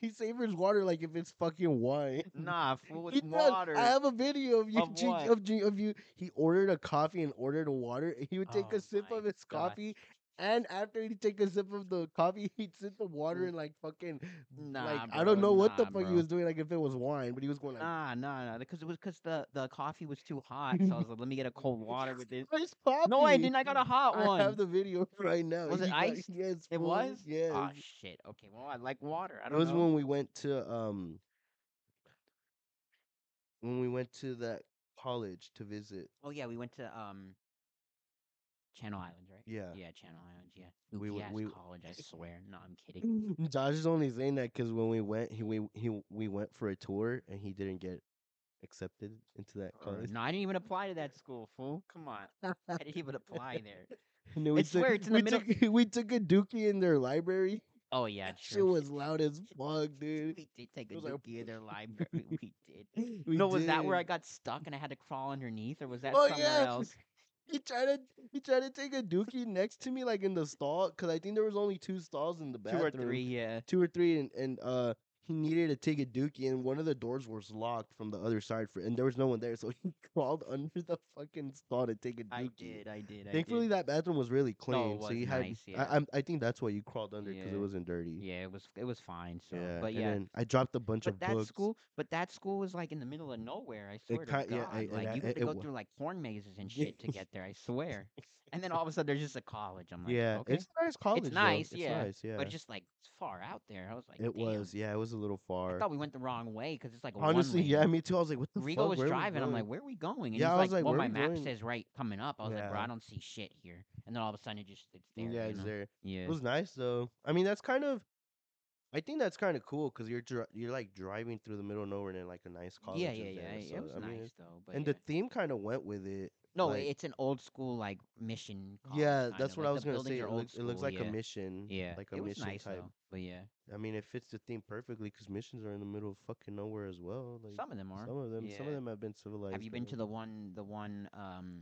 B: He savors water like if it's fucking wine.
A: Nah, fool,
B: He
A: it's
B: does.
A: water.
B: I have a video of you
A: Of
B: drink-
A: what?
B: of, drink- of you. He ordered a coffee and ordered a water. and He would take
A: Oh
B: a sip
A: my
B: of his
A: gosh.
B: coffee, and after he'd take a sip of the coffee, he'd sip the water
A: Mm.
B: and like fucking.
A: Nah,
B: like I don't
A: bro,
B: know what the
A: nah,
B: fuck
A: bro.
B: he was doing. Like if it was wine, but he was going like.
A: Nah, nah, nah. Because it was because the the coffee was too hot, so I was like, let me get a cold water with this.
B: "Where's Poppy?"
A: No, I didn't. I got a hot
B: I
A: one.
B: have the video right now.
A: Was it
B: He got-
A: iced?
B: Yes.
A: it
B: fool,
A: was.
B: Yes.
A: Oh shit. Okay. Well, I like water. I
B: It
A: don't
B: was
A: know.
B: when we went to um when we went to that college to visit.
A: Oh yeah, we went to um Channel Islands, right?
B: Yeah.
A: Yeah, Channel Islands. Yeah. We
B: We went- we-
A: college. I swear. No, I'm kidding.
B: Josh is only saying that because when we went, he we he we went for a tour and he didn't get accepted into that
A: Or-
B: college.
A: No, I didn't even apply to that school, fool. Come on. I didn't even apply there.
B: And then we
A: It's where it's in the
B: we
A: middle-
B: Took, we took a dookie in their library.
A: Oh yeah,
B: That
A: true.
B: shit was loud as fuck, dude.
A: We did take a
B: It was like-
A: dookie in their library. We did.
B: We
A: no, was that where I
B: did.
A: got stuck and I had to crawl underneath, or was that
B: Oh,
A: somewhere
B: yeah.
A: else?
B: He tried to he tried to take a dookie next to me, like in the stall, because I think there was only two stalls in the
A: Two
B: bathroom.
A: or three, yeah.
B: two or three, and, and uh, he needed to take a dookie, and one of the doors was locked from the other side, for, and there was no one there, so he crawled under the fucking stall to take a dookie.
A: I did, I did. I
B: Thankfully,
A: did.
B: that bathroom was really clean, so
A: was
B: you had.
A: nice, yeah.
B: I, I'm- I think that's why you crawled under because
A: Yeah.
B: it wasn't dirty.
A: yeah, it was it was fine. So,
B: yeah,
A: but
B: and
A: yeah,
B: then I dropped a bunch
A: but
B: of
A: that
B: books.
A: school, but that school was like in the middle of nowhere. I swear
B: ki-
A: to God,
B: yeah, I- and
A: like
B: I-
A: you had
B: it-
A: to
B: it
A: go
B: wa-
A: through like corn mazes and
B: Yeah.
A: shit to get there. I swear. and then all of a sudden, there's just a college. I'm like,
B: yeah,
A: okay,
B: it's a nice college. though.
A: nice,
B: It's
A: yeah,
B: nice, yeah.
A: but it's just like it's far out there. I was like,
B: it
A: damn.
B: was, yeah, it was a little
A: I
B: far.
A: thought we went the wrong way because it's like a
B: Honestly,
A: one-way.
B: yeah, me too. I was like, what the
A: Rigo
B: fuck?
A: was
B: Where are we
A: driving. I'm
B: going?
A: like, where are we going? And
B: Yeah,
A: he's
B: I was
A: like,
B: like,
A: well,
B: where
A: my
B: we
A: map
B: going?
A: says right coming up. I was like, bro,
B: Yeah.
A: I don't see shit here. And then all of a sudden, it just it's there.
B: yeah,
A: you
B: it's
A: know?
B: there.
A: Yeah.
B: It was nice though. I mean, that's kind of. I think that's kind of cool because you're dri- you're like driving through the middle of nowhere and then, like a nice college.
A: yeah,
B: is
A: yeah, yeah.
B: there,
A: It, it
B: so,
A: was
B: I mean,
A: nice
B: it's-
A: though. But
B: and
A: yeah.
B: the theme kind of went with it.
A: no,
B: like-
A: it's an old school like mission. College,
B: yeah,
A: kinda,
B: that's what
A: like,
B: I was
A: the
B: gonna
A: buildings
B: say.
A: are
B: It,
A: old
B: looks it looks
A: school,
B: like
A: yeah.
B: a mission.
A: Yeah,
B: like a
A: it was
B: mission
A: nice
B: type.
A: though. But yeah,
B: I mean, it fits the theme perfectly because missions are in the middle of fucking nowhere as well. Like
A: some of them are.
B: some of them, some of
A: yeah.
B: them have been civilized.
A: Have you been
B: though.
A: to the one? The one. Um,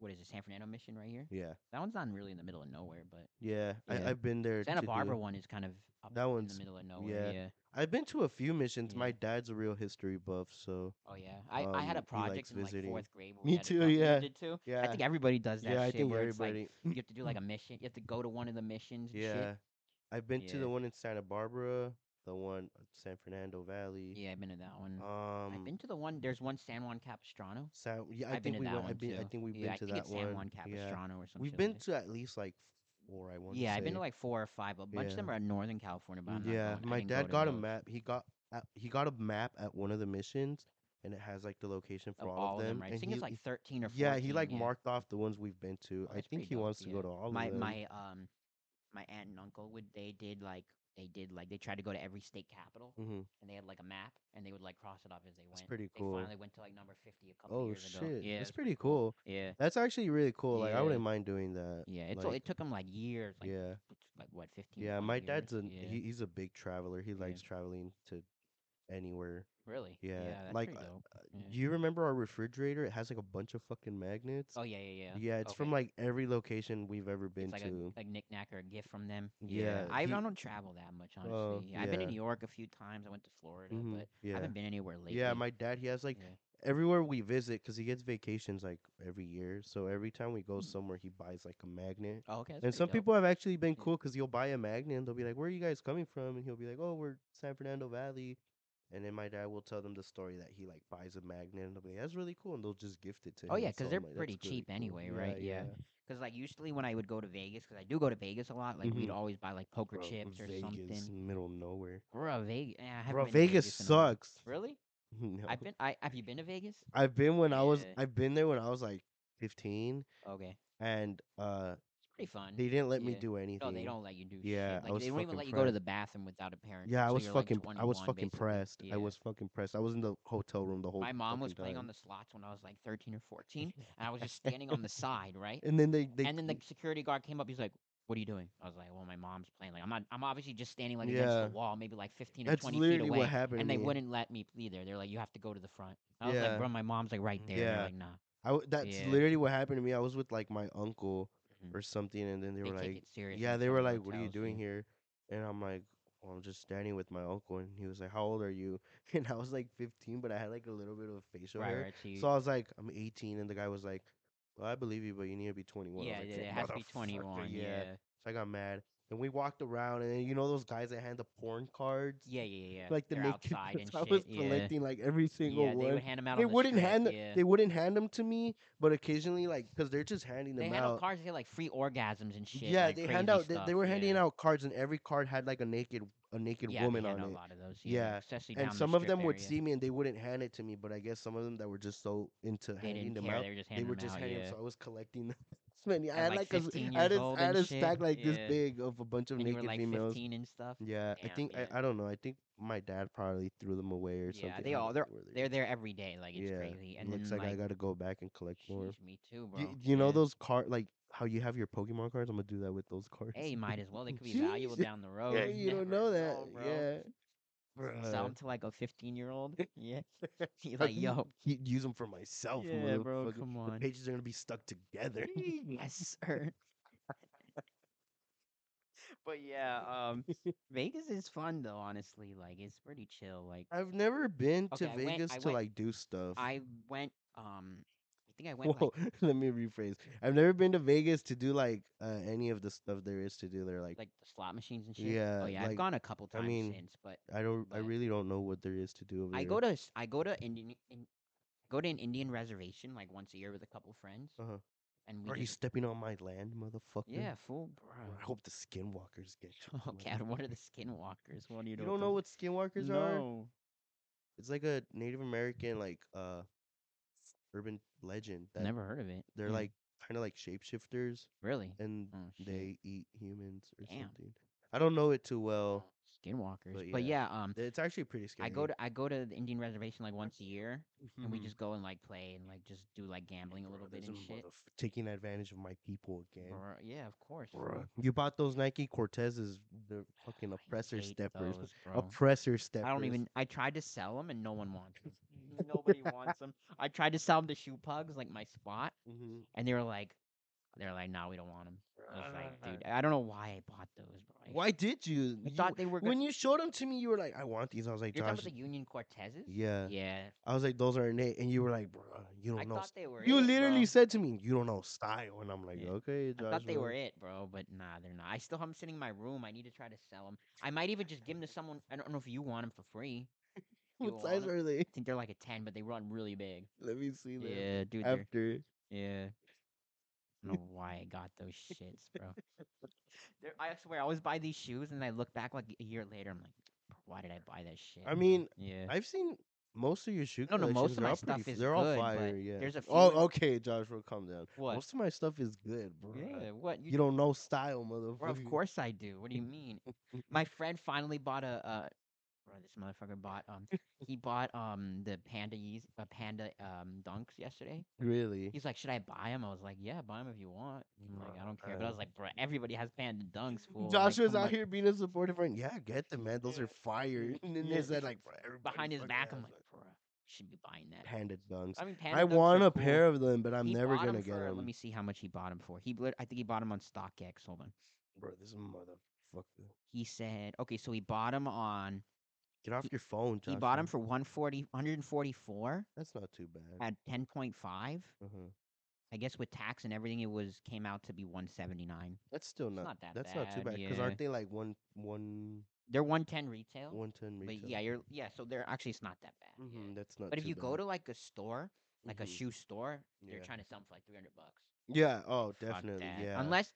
A: what is it? San Fernando mission right here.
B: Yeah,
A: That one's not really in the middle of nowhere, but
B: yeah.
A: Yeah.
B: I, I've been there.
A: Santa
B: to the-
A: Barbara one is kind of up
B: That
A: in the
B: one's-
A: middle of nowhere.
B: yeah.
A: yeah.
B: I've been to a few missions.
A: Yeah.
B: My dad's a real history buff, so
A: Oh yeah, I, I had a
B: Um, he
A: project
B: likes
A: in like
B: visiting.
A: fourth grade. where
B: Me
A: we had to
B: too,
A: come- you
B: yeah.
A: Did too.
B: yeah,
A: I think everybody does that.
B: yeah. I
A: shit
B: think
A: where
B: everybody.
A: It's like, you have to do like a mission. You have to go to one of the missions. And
B: Yeah.
A: Shit.
B: I've been to
A: Yeah.
B: the one in Santa Barbara. the one uh, San Fernando Valley.
A: Yeah, I've been to that one.
B: Um,
A: I've been to the one. There's one San Juan Capistrano.
B: San, yeah, I
A: I've been
B: think
A: to
B: we
A: that
B: went. I,
A: one
B: been, I
A: too.
B: think we've
A: yeah,
B: been to
A: I
B: that
A: think it's San
B: one.
A: Juan
B: yeah,
A: Capistrano or something.
B: we've been to at least like four. I want.
A: Yeah, I've been
B: say.
A: to like four or five. A bunch
B: Yeah.
A: of them are in Northern California, but I'm not
B: yeah,
A: going. I
B: my
A: didn't go
B: dad
A: to
B: got a
A: those.
B: map. He got uh, he got a map at one of the missions, and it has like the location for
A: Oh,
B: all, of them.
A: right? I
B: and
A: think
B: he-
A: it's like
B: he-
A: thirteen or 14,
B: yeah, he like
A: yeah.
B: marked off the ones we've been to.
A: Oh,
B: I
A: that's
B: think
A: pretty
B: he
A: dope,
B: wants to
A: yeah.
B: go to all
A: my
B: of them.
A: my um my aunt and uncle would they did like they did like they tried to go to every state capital
B: hmm
A: and they had like a map and they would like cross it off as they went.
B: That's pretty
A: they
B: cool.
A: finally went to like number fifty a couple
B: Oh
A: years ago.
B: shit,
A: Yeah,
B: that's
A: it's
B: pretty cool.
A: yeah,
B: That's actually really cool. Like I
A: Yeah.
B: wouldn't mind doing that.
A: yeah. It's
B: like-
A: it took them like years. Like,
B: yeah,
A: like what fifteen?
B: yeah.
A: 20
B: My
A: years?
B: dad's a
A: yeah.
B: he, he's a big traveler. He
A: Yeah.
B: likes traveling to anywhere.
A: really
B: yeah,
A: that's
B: like,
A: pretty
B: uh,
A: dope.
B: Uh,
A: Yeah.
B: Do you remember our refrigerator? It has like a bunch of fucking magnets.
A: oh yeah yeah yeah
B: yeah, it's from
A: okay.
B: like every location we've ever been
A: it's like
B: to.
A: a, a knickknack or a gift from them.
B: Yeah,
A: I,
B: he-
A: I don't travel that much
B: Oh,
A: honestly. I've been to
B: yeah.
A: New York a few times. I went to Florida,
B: Mhm,
A: but I
B: yeah,
A: haven't been anywhere lately.
B: yeah. My dad, he has like
A: Yeah.
B: everywhere we visit because he gets vacations like every year. So every time we go
A: Hmm.
B: somewhere, he buys like a magnet.
A: Oh, okay. that's
B: and
A: pretty
B: some
A: dope. Mm-hmm.
B: people have actually been
A: Yeah.
B: cool because he'll buy a magnet and they'll be like, "Where are you guys coming from?" And he'll be like, "Oh, we're San Fernando Valley." And then my dad will tell them the story that he like buys a magnet and they'll be like, "That's really cool," and they'll just gift it to him.
A: Oh, yeah,
B: So
A: 'cause they're
B: I'm like, "That's
A: pretty
B: really
A: cheap
B: cool."
A: anyway, right?
B: Yeah,
A: Yeah. Because like usually when I would go to Vegas, because I do go to Vegas a lot, like we'd
B: Mhm.
A: always buy like poker
B: Bro,
A: chips or
B: Vegas,
A: something.
B: middle of nowhere.
A: Bro, Vegas. I haven't
B: Bro,
A: been to
B: Vegas,
A: in a while.
B: sucks.
A: Really?
B: No.
A: I've been. I have you been to Vegas?
B: I've been when I was
A: Yeah.
B: I've been there when I was like 15
A: Okay,
B: and uh
A: it's pretty fun.
B: they didn't let me
A: Mm-hmm. Yeah.
B: do anything.
A: no, they don't let you do.
B: Yeah,
A: shit.
B: I
A: Like,
B: was
A: they don't
B: fucking
A: even let you go to
B: pressed.
A: the bathroom without a parent.
B: Yeah, I
A: so
B: was
A: you're, like,
B: fucking I
A: 21
B: was fucking
A: basically.
B: pressed.
A: Yeah.
B: I was fucking pressed. I was in the hotel room the whole
A: My mom was
B: fucking
A: playing
B: time.
A: on the slots when I was like 13 or 14, and I was just standing on the side, right?
B: And then they, they
A: and then the security guard came up. He's like, "What are you doing?" I was like, "Well, my mom's playing. Like, I'm not. I'm obviously just standing like against
B: Yeah.
A: the wall, maybe like 15 or
B: that's
A: 20 feet
B: literally
A: away."
B: what happened.
A: and
B: to
A: they
B: me.
A: wouldn't let me either. They're like, "You have to go to the front." I was like,
B: Yeah.
A: "Bro, my mom's like right there." Yeah.
B: Yeah.
A: Like, nah.
B: I w- that's
A: Yeah.
B: literally what happened to me. I was with like my uncle
A: Mhm.
B: or something, and then they
A: They
B: were
A: take
B: like,
A: it serious.
B: "Yeah,"
A: in
B: they
A: some
B: were like, "What are you
A: hotels,
B: doing
A: yeah.
B: here?" And I'm like, well, "I'm just standing with my uncle," and he was like, "How old are you?" And I was like 15, but I had like a little bit of facial
A: Right,
B: hair.
A: right. So, you,
B: So I was like, I'm 18, and the guy was like, Well, I believe you, but you need to be 21. I
A: yeah,
B: was
A: yeah,
B: like,
A: it has to be
B: "Motherfucker,
A: 21. Yeah.
B: So I got mad, and we walked around, and then you know those guys that hand the porn cards,
A: Yeah, yeah, yeah. yeah.
B: like
A: They're
B: the naked.
A: outside and
B: I
A: shit.
B: was
A: yeah.
B: collecting like every single
A: yeah, they
B: one.
A: would hand them out.
B: they
A: on the
B: wouldn't
A: strip,
B: hand the,
A: Yeah.
B: they wouldn't hand them to me, but occasionally like because they're just handing
A: They
B: them
A: hand out
B: out.
A: cards. They had like free orgasms and shit.
B: yeah,
A: like,
B: they
A: crazy
B: hand out. They,
A: Stuff.
B: they were handing
A: yeah.
B: out cards, and every card had like a naked a naked
A: yeah,
B: woman
A: they
B: on
A: had a
B: it.
A: lot of those. Yeah,
B: Yeah,
A: especially down
B: And
A: the
B: some of
A: strip
B: them would
A: area.
B: see me and they wouldn't hand it to me, but I guess some of them that were just so into
A: They
B: handing
A: didn't
B: them
A: care.
B: out,
A: They were just
B: they
A: handing
B: were
A: them
B: just
A: out.
B: handing
A: yeah.
B: them. So I was collecting them. so many. I
A: At,
B: had
A: like,
B: like, a s-
A: 15
B: I
A: years
B: had a, s-
A: old
B: I had
A: and
B: a stack
A: shit,
B: like this
A: yeah.
B: big of a bunch of
A: And you were
B: naked
A: like
B: females.
A: 15 and stuff.
B: Yeah, I
A: Damn,
B: think
A: yeah.
B: I, I don't know. I think my dad probably threw them away or
A: Yeah,
B: something.
A: they
B: I don't
A: all
B: know
A: they're
B: where they-
A: they're there every day. Like it's
B: Yeah,
A: crazy. And
B: looks
A: then
B: like,
A: like,
B: I got to go back and collect more.
A: Jeez, me too, bro.
B: You, you know
A: Yeah.
B: those card like how you have your Pokemon cards. I'm gonna do that with those cards.
A: Hey, might as well. They could be
B: Jeez.
A: valuable down the road.
B: yeah, you don't
A: never
B: know that.
A: bro.
B: yeah,
A: Sell
B: Bruh.
A: them to like a 15 year old. Yeah. You're like, yo.
B: Y- use them for myself.
A: Yeah, bro.
B: motherfucker.
A: Come
B: The
A: on.
B: pages are gonna be stuck together.
A: yes, sir. but yeah, um, Vegas is fun though. Honestly, like it's pretty chill. Like
B: I've never been
A: Okay,
B: to
A: I went-
B: Vegas
A: I
B: to
A: went-
B: like do stuff.
A: I went, um, I think I went like
B: Whoa, let me rephrase. I've never been to Vegas to do like uh, any of the stuff there is to do there. Like,
A: like the slot machines and shit.
B: Yeah,
A: oh yeah, I've
B: like,
A: gone a couple
B: I
A: times
B: mean,
A: since, but
B: I don't. I
A: but-
B: really don't know what there is to do. Over
A: I
B: there.
A: go to s- I go to Indian in, go to an Indian reservation like once a year with a couple friends,
B: Uh-huh.
A: and we
B: Are you
A: just,
B: stepping on my land, motherfucker?
A: yeah, fool,
B: Bro, I
A: bro.
B: hope the skinwalkers get you.
A: okay,
B: mother-
A: and what are the skinwalkers? What do you,
B: You don't know
A: those-
B: what skinwalkers are?
A: no.
B: It's like a Native American like uh urban legend that
A: Never heard of it.
B: they're
A: Yeah,
B: like kind of like shapeshifters
A: really.
B: and
A: Oh, shit.
B: they eat humans or
A: Damn.
B: something. I don't know it too well.
A: skinwalkers, but
B: but
A: yeah,
B: yeah.
A: um,
B: It's actually pretty scary.
A: I go to I go to the Indian reservation like once a year, and
B: Mm-hmm.
A: we just go and like play and like just do like gambling a
B: Bro,
A: little bit
B: there's
A: and
B: a
A: shit.
B: motherf- Taking advantage of my people again.
A: Bruh, yeah, of course. fool.
B: Bruh. You bought those Nike Cortezes, the fucking
A: I
B: oppressor
A: hate
B: steppers.
A: those, bro.
B: Oppressor steppers.
A: I don't even. I tried to sell them and no one wants them. Nobody wants them. I tried to sell them to shoe pugs, like my spot,
B: Mhm.
A: and they were like, they're like, nah, we don't want them. I was like, dude, I don't know why I bought those, bro. I
B: Why did you?
A: I
B: You-
A: thought they were. Gonna,
B: when you showed them to me, you were like, "I want these." I was like,
A: you're talking
B: "Josh,
A: about the Union Cortezes.
B: yeah.
A: Yeah.
B: I was like, "Those are innate," and you were like, "Bro, you don't
A: I
B: know."
A: thought they were.
B: You
A: it,
B: literally
A: bro.
B: said to me, "You don't know style," and I'm like,
A: Yeah.
B: "Okay,
A: I
B: Josh."
A: thought they
B: well,
A: were it, bro, but nah, they're not. I still have them sitting in my room. I need to try to sell them. I might even just give them to someone. I don't know if you want them for free. You
B: What size
A: wanna-
B: are they?
A: I think they're like a 10, but they run really big.
B: Let me see them.
A: Yeah, dude. they're-
B: After
A: Yeah. I don't know why I got those shits, bro. They're- I swear, I always buy these shoes and I look back like a year later. I'm like, "Bro, why did I buy that shit?
B: I
A: bro?"
B: mean,
A: yeah.
B: I've seen most of your shoe.
A: No, no, most of my
B: collections, they're all pretty
A: stuff
B: f-
A: is
B: They're all
A: good,
B: fire.
A: but
B: yeah.
A: there's a few in-
B: Oh, okay, Josh, bro, calm down.
A: What?
B: Most of my stuff is good, bro.
A: yeah, what?
B: You don't know style, motherfucker.
A: Bro, of course I do. What do you mean? My friend finally bought a. Uh, bro, this motherfucker bought. Um, he bought um the panda Yeez, uh, panda um dunks yesterday.
B: Really.
A: He's like, should I buy them? I was like, yeah, buy them if you want. I'm like, I don't care. But I
B: Bruh.
A: was like, bro, everybody has panda dunks. Fool. Like,
B: Joshua's
A: come
B: out
A: on."
B: here being a supportive friend. Yeah, get them, man. Those
A: Yeah.
B: are fire. And then
A: Yeah.
B: there's that like bro, everybody
A: behind his
B: fucking
A: back.
B: has,
A: I'm like, bro, should be buying that.
B: panda dunks.
A: I mean, panda
B: I
A: dunks are
B: want a
A: cool.
B: pair of them, but I'm
A: He
B: never
A: bought 'em
B: gonna get
A: for-
B: them.
A: Let me see how much he bought them for. He, lit- I think he bought them on StockX. Hold on.
B: Bro, this motherfucker.
A: He said, okay, so he bought them on.
B: Get off
A: He-
B: your phone, Josh.
A: He bought them for 140, 144
B: That's not too bad.
A: at 10.5.
B: Uh-huh.
A: I guess with tax and everything, it was came out to be 179.
B: That's still not.
A: not that
B: that's not too
A: bad,
B: bad. Because
A: yeah.
B: aren't they like one one
A: They're 110 retail,
B: one ten retail?
A: but yeah, you're yeah. So they're actually it's not that bad. yeah.
B: hmm that's not.
A: But if
B: too
A: you
B: bad.
A: go to like a store, like a
B: Mhm.
A: shoe store, they're
B: Yeah.
A: trying to sell 'em for like 300 bucks.
B: Yeah. Oh,
A: Fuck
B: definitely.
A: that.
B: Yeah.
A: Unless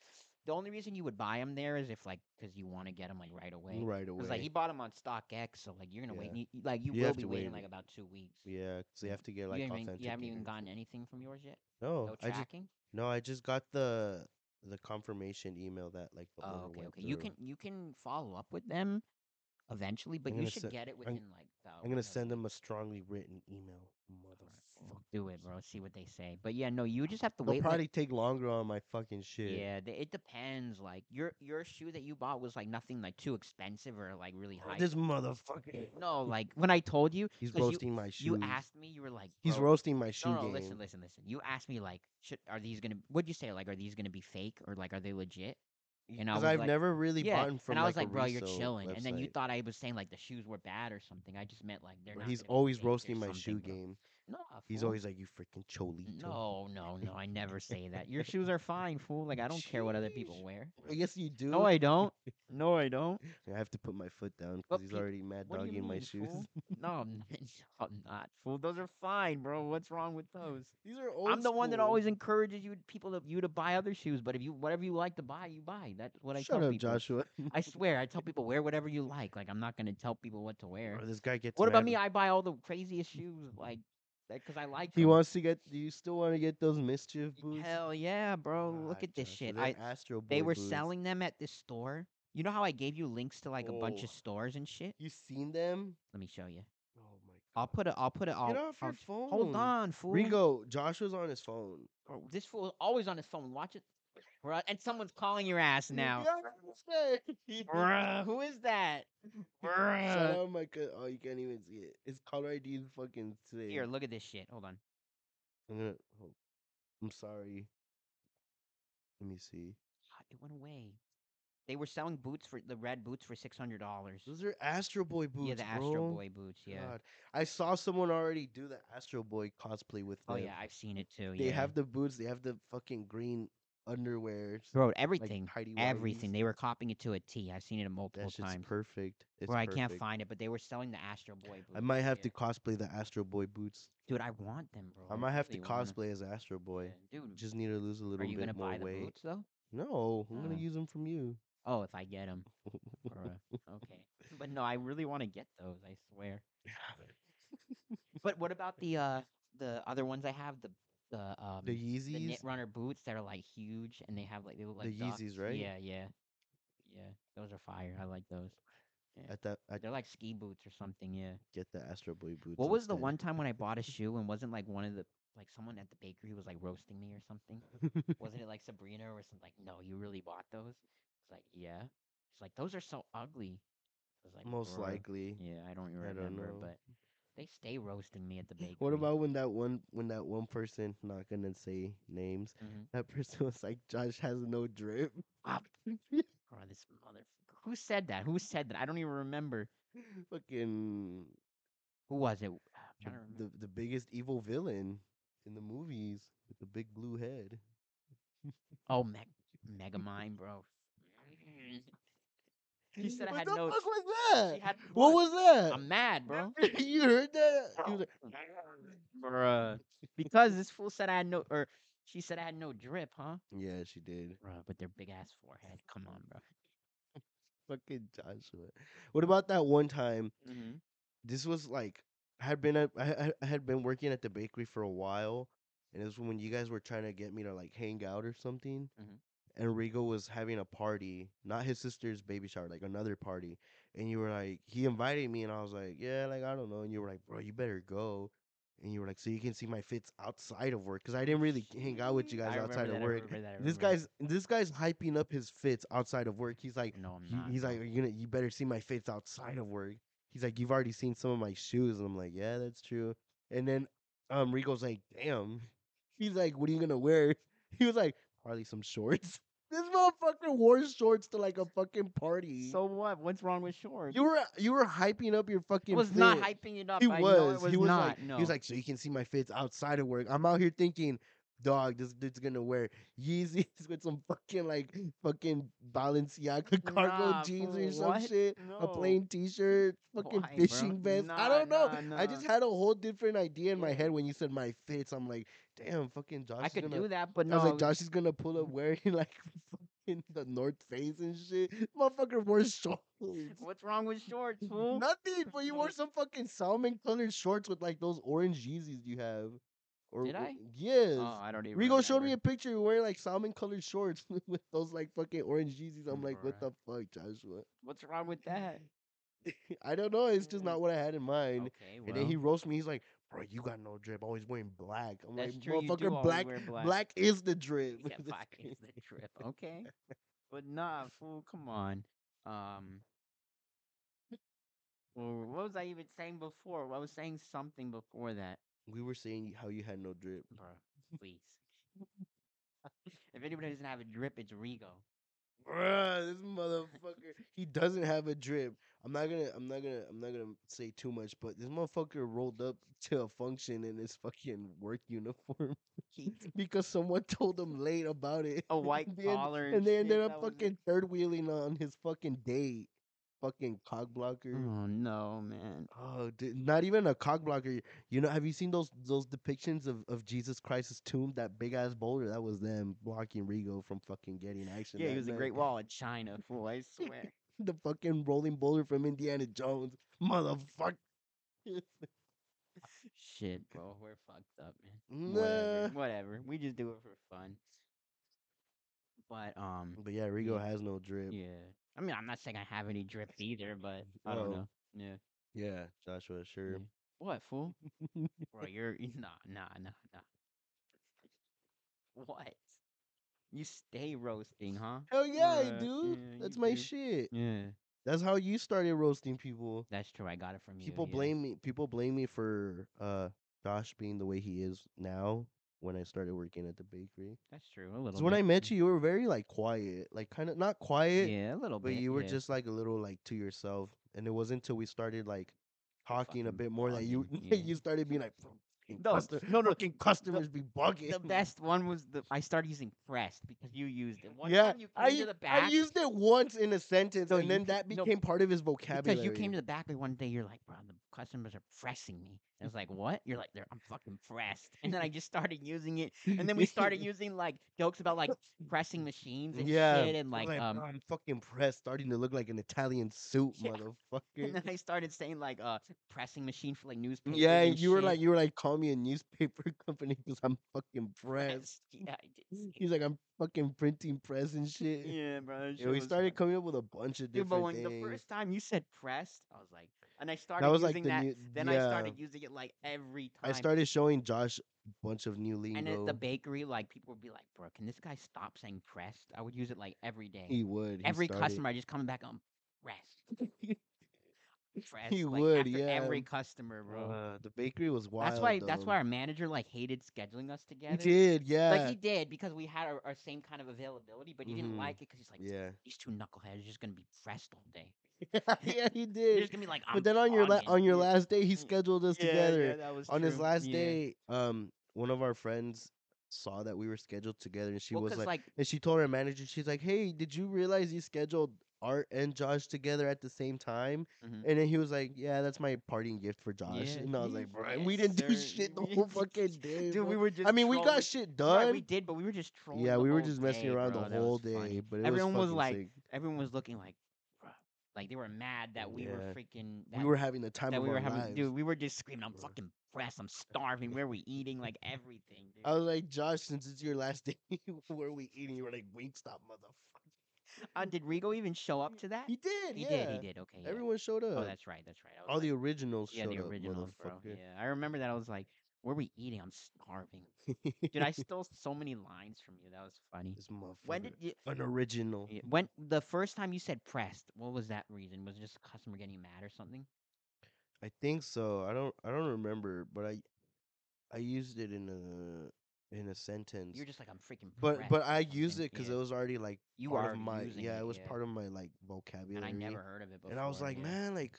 A: the only reason you would buy them there is if like because you want to get them like right away.
B: right away.
A: Because like he bought them on StockX, so like you're gonna wait.
B: Yeah.
A: You, you- like you,
B: You
A: will
B: have
A: be
B: to
A: waiting
B: wait.
A: like about two weeks.
B: yeah. So you have to get
A: You
B: like
A: haven't, even-
B: authentic.
A: you haven't even gotten anything from yours yet.
B: No,
A: No
B: Oh, I just
A: tracking.
B: no, I just got the the confirmation email that like the order
A: Oh, okay,
B: went
A: okay. You
B: through.
A: can you can follow up with them eventually, but you
B: gonna
A: should
B: se-
A: get it within like. about
B: I'm gonna
A: another
B: send
A: week.
B: them a strongly written email. Motherfucker.
A: Do it, bro. See what they say. But yeah, no, you just have to
B: They'll
A: wait. like-
B: probably take longer on my fucking shit.
A: yeah, they, it depends. Like your your shoe that you bought was like nothing like too expensive or like really
B: Oh,
A: high.
B: This motherfucker.
A: no, like when I told you,
B: He's
A: 'cause you-
B: roasting my shoes.
A: you asked me, you were like,
B: He's
A: "Bro,
B: roasting my shoe
A: No, no,
B: game.
A: listen, listen, listen. You asked me like, should, are these gonna? What'd you say? Like, are these gonna be fake or like are they legit? And I
B: Because
A: was
B: I've
A: like-
B: never really
A: yeah,
B: bought him from
A: and I was like,
B: like, a
A: bro, you're
B: resale
A: chilling. And then you
B: website.
A: thought I was saying like the shoes were bad or something. I just meant like they're
B: Bro,
A: not.
B: he's
A: gonna be
B: always
A: fake or
B: roasting my shoe
A: something, bro."
B: game.
A: No,
B: He's
A: fool.
B: always like, you freaking cholito.
A: No, no, no. I never say that. Your shoes are fine, fool. Like I don't care what other people
B: Sheesh.
A: wear.
B: I guess you do.
A: No, I don't. No, I don't.
B: I have to put my foot down
A: But
B: because he's
A: peop-
B: already mad
A: What do you
B: dogging my
A: mean,
B: shoes.
A: fool? No, I'm not, no, I'm not, fool. Those are fine, bro. What's wrong with those?
B: These are old.
A: I'm the one that
B: school.
A: always encourages you people to, you to buy other shoes. But if you whatever you like to buy, you buy. That's what I
B: Shut
A: tell
B: up,
A: people.
B: Joshua.
A: I swear, I tell people wear whatever you like. Like I'm not gonna tell people what to wear.
B: Bro, this guy gets.
A: What about
B: mad
A: me?
B: when-
A: I buy all the craziest shoes, like, because I like.
B: He
A: them.
B: wants to get. Do you still want to get those mischief boots?
A: Hell yeah, bro! Look
B: Ah,
A: at this
B: Joshua,
A: shit.
B: they're
A: I
B: Astro
A: they
B: Boy
A: were
B: boots.
A: selling them at this store. You know how I gave you links to like a bunch
B: Oh.
A: of stores and shit.
B: You seen them?
A: Let me show you.
B: Oh my god.
A: I'll put a. I'll put a. I'll,
B: Get off
A: I'll
B: your
A: sh-
B: phone.
A: Hold on, fool.
B: Rigo, Joshua's on his phone.
A: Bro, This fool is always on his phone. Watch it. Bruh, and someone's calling your ass now.
B: Oh
A: Bruh, who is that?
B: Shout
A: Bruh.
B: out my co- oh, you can't even see it. It's caller ID is fucking sick.
A: Here, look at this shit. Hold on.
B: I'm gonna. Oh, I'm sorry. Let me see.
A: Ah, It went away. They were selling boots for the red boots for six hundred dollars.
B: Those are Astro Boy boots.
A: Yeah, the Astro
B: bro.
A: Boy boots. Yeah.
B: God. I saw someone already do the Astro Boy cosplay with
A: Oh
B: them.
A: yeah, I've seen it too.
B: They
A: yeah.
B: have the boots. They have the fucking green underwear. s-
A: bro
B: like
A: everything,
B: tighty
A: everything.
B: whities.
A: They were copying it to a T. I've seen it multiple
B: That shit's
A: times.
B: perfect. It's
A: Bro, I can't
B: perfect.
A: find it, but they were selling the Astro Boy boots.
B: I might have
A: yeah.
B: to cosplay the Astro Boy boots.
A: Dude, I want them, bro.
B: I might have to
A: really wanna-
B: cosplay as Astro Boy.
A: Yeah, Dude,
B: Just need to lose a
A: are
B: little
A: you gonna
B: bit more
A: buy the
B: weight.
A: boots though?
B: No, I'm
A: Oh.
B: gonna use them from you.
A: Oh, if I get them. okay. But no, I really want to get those. I swear. But what about the uh the other ones I have the the um
B: the
A: the
B: Yeezys.
A: knit runner boots that are like huge and they have like they look like
B: The
A: ducks?
B: Yeezys, right?
A: Yeah, yeah, yeah. Those are fire. I like those.
B: At that, I
A: They're like ski boots or something. Yeah.
B: get the Astro Boy boots.
A: What was the
B: instead.
A: one time when I bought a shoe and wasn't like one of the like someone at the bakery was like roasting me or something? wasn't it like Sabrina or something? Like, no, you really bought those? It's like, yeah. It's like those are so ugly. I was like,
B: Most
A: "Bruh."
B: likely.
A: Yeah, I don't
B: I don't
A: remember,
B: know.
A: but they stay roasting me at the bakery.
B: What about when that one when that one person not gonna say names?
A: Mhm.
B: That person was like, Josh has no drip.
A: Ah, bro, this motherfucker? Who said that? Who said that? I don't even remember.
B: Fucking
A: Who was it? I'm
B: the,
A: trying to remember.
B: the the biggest evil villain in the movies with the big blue head.
A: Oh, Meg, Megamind, bro. He said I
B: what
A: had
B: the
A: no.
B: fuck was that?
A: He had
B: Uh, what
A: one.
B: was that?
A: I'm mad, bro.
B: you heard that? He was like,
A: Bruh. Because this fool said I had no, or she said I had no drip, huh?
B: yeah, she did.
A: Bruh, but their big ass forehead. Come on, bro.
B: Fucking Joshua. What about that one time? This was like I had been at, I, I- I had been working at the bakery for a while, and it was when you guys were trying to get me to like hang out or something.
A: Mhm.
B: And Rigo was having a party, not his sister's baby shower, like another party. And you were like, he invited me, and I was like, yeah, like I don't know. And you were like, bro, you better go. And you were like, so you can see my fits outside of work, because I didn't really hang out with you guys
A: I remember
B: outside
A: that,
B: of
A: I
B: work.
A: remember that, I
B: This
A: remember that.
B: guy's this guy's hyping up his fits outside of work. He's like,
A: No, I'm
B: he-
A: not.
B: he's
A: bro.
B: like, you know, you better see my fits outside of work. He's like, you've already seen some of my shoes, and I'm like, yeah, that's true. And then um, Rico's like, damn. He's like, what are you gonna wear? He was like, probably some shorts. This motherfucker wore shorts to like a fucking party.
A: So what? What's wrong with shorts?
B: you were you were hyping up your
A: He
B: fucking.
A: was not
B: fit.
A: hyping it up.
B: He
A: I
B: was.
A: know it was
B: he was
A: not.
B: like,
A: no.
B: he was like, so you can see my fits outside of work. I'm out here thinking, dog, this dude's gonna wear Yeezys with some fucking like fucking Balenciaga cargo
A: Nah,
B: jeans or
A: fool,
B: some
A: what?
B: shit, a
A: No.
B: plain T-shirt, fucking
A: Why, bro?
B: fishing vest. I
A: Nah,
B: don't know.
A: nah, nah.
B: I just had a whole different idea in my
A: Yeah.
B: head when you said my fits. I'm like, damn, fucking Josh.
A: I
B: is
A: could
B: gonna...
A: do that, but
B: I
A: no.
B: was like, Josh is gonna pull up wearing like fucking the North Face and shit. Motherfucker wore shorts.
A: What's wrong with shorts, fool?
B: Nothing, but you wore
A: Mm.
B: some fucking salmon colored shorts with like those orange Yeezys you have. Or,
A: Did
B: or-
A: I?
B: Yes.
A: Oh, I don't even.
B: Rigo showed me a
A: remember.
B: picture you wearing like salmon colored shorts with those like fucking orange Yeezys. I'm like, what the
A: Bruh.
B: fuck, Joshua?
A: What's wrong with that?
B: I don't know. It's just
A: Mm.
B: not what I had in mind.
A: Okay, well.
B: And then he roasts me. He's like, bro, you got no drip. Always wearing black. I'm
A: that's
B: like,
A: true. You do
B: motherfucker,
A: always
B: black,
A: wear
B: black.
A: black.
B: is the drip.
A: Yeah, black is the trip. Okay, but nah, fool. Come on. Um. Well, what was I even saying before? Well, I was saying something before that.
B: we were saying how you had no drip.
A: Bro, please. if anybody doesn't have a drip, it's Rigo.
B: Bruh, this motherfucker. he doesn't have a drip. I'm not gonna. I'm not gonna. I'm not gonna say too much. But this motherfucker rolled up to a function in his fucking work uniform
A: He-
B: because someone told him late about it.
A: A white
B: They end-
A: collar and,
B: and they
A: shit,
B: ended up
A: that was it.
B: fucking third wheeling on his fucking date. Fucking cock blocker.
A: Oh no, man.
B: Oh, dude, not even a cock blocker. You know, have you seen those those depictions of, of Jesus Christ's tomb? That big ass boulder that was them blocking Rigo from fucking getting action.
A: Yeah,
B: that
A: he was a
B: night.
A: Great Wall of China fool. I swear.
B: the fucking rolling boulder from Indiana Jones, motherfucker.
A: Shit, bro, we're fucked up, man.
B: Nah.
A: Whatever, whatever. We just do it for fun. But um,
B: But yeah, Rigo has no drip.
A: yeah. I mean, I'm not saying I have any drip either, but I don't
B: Oh.
A: know. Yeah.
B: Yeah, Joshua, sure.
A: Yeah. What fool? Bro, you're you- nah, nah, nah, nah. What? You stay roasting, huh?
B: Hell yeah,
A: Bruh,
B: dude.
A: yeah,
B: That's
A: you
B: my
A: do.
B: shit.
A: Yeah,
B: That's how you started roasting people.
A: that's true. I got it from you.
B: People
A: yeah.
B: blame me. People blame me for uh Josh being the way he is now. When I started working at the bakery,
A: That's true. A little.
B: so when
A: bit.
B: I met you, you were very like quiet, like kind of not quiet,
A: yeah, a little
B: but
A: bit.
B: you were
A: yeah.
B: just like a little like to yourself. And it wasn't until we started like talking a
A: fucking
B: bit more that you
A: bugging,
B: that
A: yeah.
B: you started being like, "Fucking
A: No,
B: custo-
A: no, no,
B: fucking customers be bugging.
A: The best one was the I started using pressed because you used it. One
B: Yeah,
A: time you came
B: I,
A: to
B: u-
A: the
B: I
A: back
B: used it once in a sentence,
A: No,
B: and
A: you
B: then
A: ca-
B: that
A: no,
B: became part of his vocabulary.
A: because you came to the back like one day. You're like, bro, the customers are pressing me. And I was like, what? You're like, "They're- I'm fucking pressed. And then I just started using it. And then we started using like jokes about like pressing machines and
B: Yeah,
A: shit and
B: I was
A: like um.
B: "Bro, I'm fucking pressed, starting to look like an Italian soup,
A: Yeah. And
B: motherfucker.
A: then I started saying like uh pressing machine for like newspapers.
B: Yeah,
A: and
B: and you were
A: shit.
B: like, you were like, call me a newspaper company because I'm fucking pressed.
A: yeah, I did. say
B: He's like, I'm fucking printing press and shit.
A: that. Yeah, bro. that shit
B: And we
A: was
B: started
A: funny.
B: coming up with a bunch of
A: Dude, but
B: different
A: when the
B: things.
A: first time you said pressed, I was like, and I started
B: that was
A: using
B: like the
A: that.
B: new.
A: then
B: yeah.
A: I started using it like every
B: I
A: time.
B: started showing Josh a bunch of new lingo.
A: and at the bakery, like people would be like, "Bro, can this guy stop saying pressed?" I would use it like every day.
B: he would. he
A: every
B: started-
A: customer, I just come back on pressed. Fres,
B: You
A: like,
B: would,
A: after
B: yeah.
A: Every customer, bro.
B: Uh, the bakery was wild.
A: that's why. That's
B: though.
A: why our manager like hated scheduling us together.
B: He did, yeah.
A: Like he did because we had our, our same kind of availability, but he
B: Mhm.
A: didn't like it because he's like,
B: yeah.
A: these two knuckleheads are just gonna be pressed all day.
B: yeah, he
A: They're
B: did.
A: just gonna be like, I'm
B: But then on your la-
A: jogging."
B: on your
A: Yeah.
B: last day, he
A: Mm.
B: scheduled us
A: Yeah,
B: together.
A: yeah, that was
B: on his
A: true.
B: last
A: Yeah.
B: day, um, one of our friends saw that we were scheduled together, and she
A: Well,
B: was
A: 'cause,
B: like,
A: like
B: and she told her manager, she's like, "Hey, did you realize you scheduled Art and Josh together at the same time?"
A: Mhm.
B: And then he was like, "Yeah, that's my partying gift for Josh."
A: Yeah,
B: and I was
A: yeah,
B: like, "Bro, and
A: yes,
B: we didn't do
A: sir.
B: shit the
A: We-
B: whole fucking day,
A: Dude, we
B: bro.
A: were just.
B: I mean, we
A: trolling-
B: got shit done.
A: Right, we did, but we were just trolling.
B: yeah,
A: the
B: we were
A: whole
B: just messing
A: day,
B: around
A: bro.
B: the
A: That was
B: whole day,
A: funny.
B: but it
A: Everyone
B: was,
A: was
B: fucking
A: like,
B: sick.
A: Everyone was looking like, "Bruh," like they were mad that we were
B: Yeah.
A: freaking. That,
B: we were having the time
A: that
B: of
A: we were
B: our
A: having.
B: lives.
A: Dude, we were just screaming, "I'm
B: Yeah.
A: fucking pressed. I'm starving. Where are we eating? Like everything." Dude.
B: I was like, Josh, since it's your last day, where are we eating? You were like, Wingstop, motherfucker.
A: Uh, did Rigo even show up to that?
B: He did.
A: He
B: yeah.
A: did. He did. Okay. yeah.
B: Everyone showed up.
A: Oh, that's right. That's right. I was
B: All the
A: like-
B: originals
A: yeah,
B: showed
A: the
B: up,
A: originals, bro.
B: motherfucker.
A: Yeah, I remember that. I was like, "Where are we eating? I'm starving." Dude, I stole so many lines from you. That was funny.
B: this motherfucker.
A: When did you?
B: an original?
A: Yeah, When the first time you said pressed, what was that reason? Was it just a customer getting mad or something?
B: I think so. I don't. I don't remember, but I, I used it in a in a sentence.
A: You're just like I'm freaking.
B: but
A: pressed
B: but
A: or
B: I
A: something."
B: used it because
A: Yeah.
B: it was already like
A: you
B: part
A: are
B: of my
A: using
B: yeah. It was
A: yeah.
B: part of my like vocabulary.
A: and I never heard of it before.
B: And I was like,
A: yeah.
B: man, like,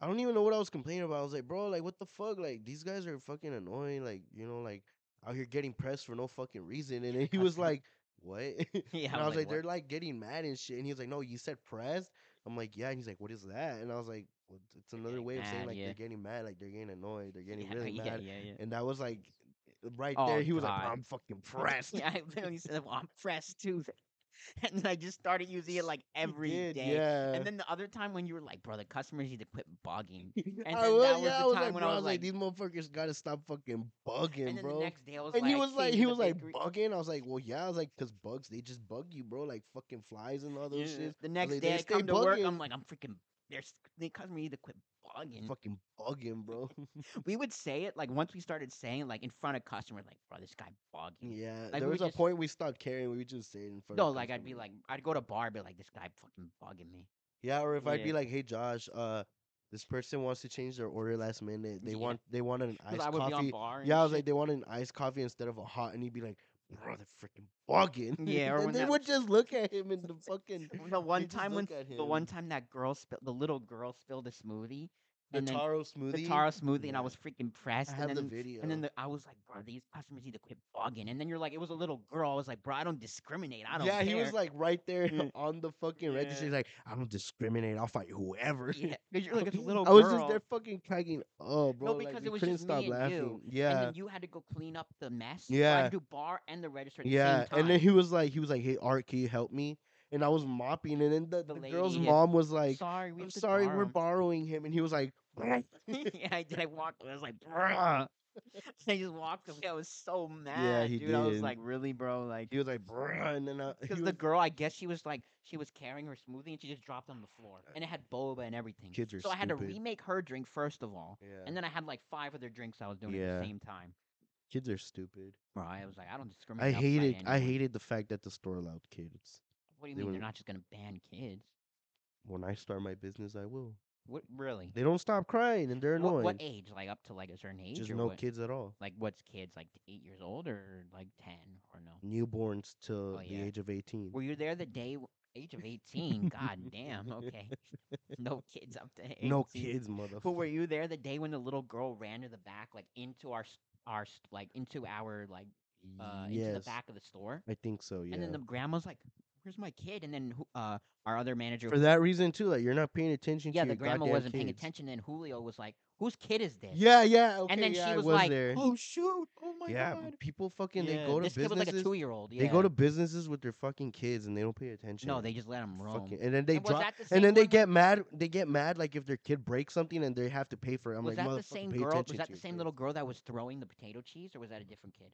B: I don't even know what I was complaining about. I was like, bro, like, what the fuck? Like, these guys are fucking annoying. Like, you know, like out here getting pressed for no fucking reason. And then he was like, what?
A: yeah.
B: and I was like,
A: "What?"
B: they're like getting mad and shit. And he was like, no, you said pressed. I'm like, yeah. And he's like, what is that? And I was like, well, it's another
A: getting
B: way of saying
A: mad,
B: like
A: yeah.
B: they're getting mad, like they're getting annoyed, they're getting
A: yeah,
B: really
A: yeah,
B: mad.
A: Yeah, yeah,
B: And that was like right
A: Oh,
B: there. He was like, bro,
A: God.
B: I'm fucking pressed.
A: yeah. I literally said, well, I'm pressed too. And then I just started using it like
B: He
A: every day.
B: did, Yeah.
A: And then the other time when you were like, bro, the customers need to quit bugging. and
B: I
A: then
B: was,
A: that was
B: yeah,
A: the
B: I was
A: time
B: like,
A: when
B: bro,
A: I
B: I
A: was
B: was like,
A: like-
B: these motherfuckers gotta stop fucking bugging,
A: and then
B: bro.
A: the next day I was
B: and
A: like,
B: he
A: I
B: was
A: came
B: like,
A: to
B: he
A: the
B: was like
A: bakery-
B: bugging. I was like, well, yeah. I was like, cause bugs, they just bug you, bro. Like fucking flies and all those
A: Yeah.
B: shits.
A: The next
B: like, they
A: day I
B: stay
A: come to work,
B: bugging.
A: I'm like, I'm freaking. There's the customer need to quit bugging.
B: Fucking bugging, bro.
A: We would say it like once we started saying it, like in front of customers, like, bro, this guy bugging.
B: yeah.
A: we
B: there
A: were
B: was a
A: just-
B: point we stopped caring. We would just say it in front.
A: No,
B: of
A: like I'd be
B: customers.
A: like, I'd go to bar, be like, this guy fucking bugging me.
B: yeah. Or if I'd be
A: Yeah.
B: like, hey, Josh, uh, this person wants to change their order last minute. They
A: Yeah.
B: want, they want an
A: 'Cause
B: iced
A: I would be on
B: coffee.
A: bar. and
B: Yeah, I was like,
A: shit.
B: they wanted an iced coffee instead of a hot, and he'd be like, bro, they're freaking bugging.
A: Yeah, or when
B: and they
A: that-
B: would just look at him and the fucking.
A: the one
B: just
A: time when
B: look at
A: the one
B: him.
A: time that girl spilled, the little girl spilled a smoothie,
B: The
A: and then
B: taro smoothie.
A: the Taro smoothie, and I
B: Yeah.
A: was freaking pressed.
B: I
A: and
B: have
A: then
B: the video.
A: And then the, I was like, bro, these customers need to quit bugging. And then you're like, it was a little girl. I was like, bro, I don't discriminate. I don't
B: yeah,
A: care.
B: he was like right there
A: Yeah.
B: on the fucking
A: Yeah.
B: register. He's like, I don't discriminate. I'll fight whoever.
A: yeah, because you're like it's a little
B: I was
A: girl.
B: just there fucking cracking up, bro. like,
A: because
B: we
A: it was
B: couldn't
A: just me
B: stop
A: and you,
B: laughing.
A: And
B: yeah,
A: then you had to go clean up the mess. So I had
B: Yeah.
A: to do bar and the register at the
B: yeah.
A: same time.
B: And then he was like, he was like, hey, Art, can you help me? And I was mopping, and then the,
A: The
B: the girl's
A: lady had-
B: mom was like,
A: sorry, we
B: I'm
A: have to
B: sorry,
A: borrow
B: we're
A: 'em."
B: borrowing him, and he was like,
A: yeah, I did. I walked. I was like, bruh. I just walked away. I was so mad,
B: he
A: dude. I was
B: did.
A: like, really, bro? Like,
B: he was like, bruh, and then I, he
A: because
B: was-
A: the girl, I guess she was like, she was carrying her smoothie and she just dropped it on the floor, and it had boba and everything.
B: Uh, kids are
A: so I had to
B: stupid.
A: remake her drink first of all,
B: yeah,
A: and then I had like five other drinks I was doing at
B: Yeah.
A: the same time.
B: kids are stupid.
A: Bro, I was like, I don't discriminate.
B: I
A: I'll fight
B: hated, I
A: anyone.
B: hated the fact that the store allowed kids.
A: What do you
B: they
A: mean
B: were-
A: they're not just gonna ban kids?
B: When I start my business, I will.
A: What really?
B: They don't stop crying and they're
A: Wha-
B: annoying.
A: What, age? Like up to like a certain age?
B: Just
A: or
B: no
A: what?
B: kids at all.
A: Like what's kids? Like eight years old or like ten or no?
B: Mm. Newborns till
A: Oh,
B: the
A: yeah.
B: age of 18.
A: Were you there the day? w- Age of eighteen. God damn. Okay. No kids up to 18.
B: No kids, motherfucker.
A: But were you there the day when the little girl ran to the back, like into our s- our s- like into our like uh into the
B: yes,
A: back of the store?
B: I think so, yeah.
A: And then the grandma's like, "Where's my kid?" And then who- uh our other manager,
B: For that reason, too, like you're not paying attention
A: yeah,
B: to
A: the
B: your
A: grandma
B: goddamn
A: wasn't paying
B: kids.
A: attention. And Julio was like, "Whose kid is this?"
B: Yeah, yeah. Okay,
A: and then
B: yeah,
A: she
B: I
A: was, like,
B: there.
A: "Oh shoot! Oh my
B: yeah,
A: god!"
B: people fucking,
A: Yeah,
B: they go to
A: this kid was like
B: businesses.
A: a two-year-old. Yeah.
B: They go to businesses with their fucking kids and they don't pay attention.
A: no, they just let him roam.
B: fucking, and then they
A: and was
B: drop.
A: that the same
B: And then they
A: one
B: get mad. They get mad like if their kid breaks something and they have to pay for it. I'm
A: was
B: like,
A: that the
B: "Motherfucker,
A: same
B: pay
A: girl?
B: attention
A: Was that
B: to
A: the
B: your
A: same
B: kids."
A: little girl that was throwing the potato cheese, or was that a different kid?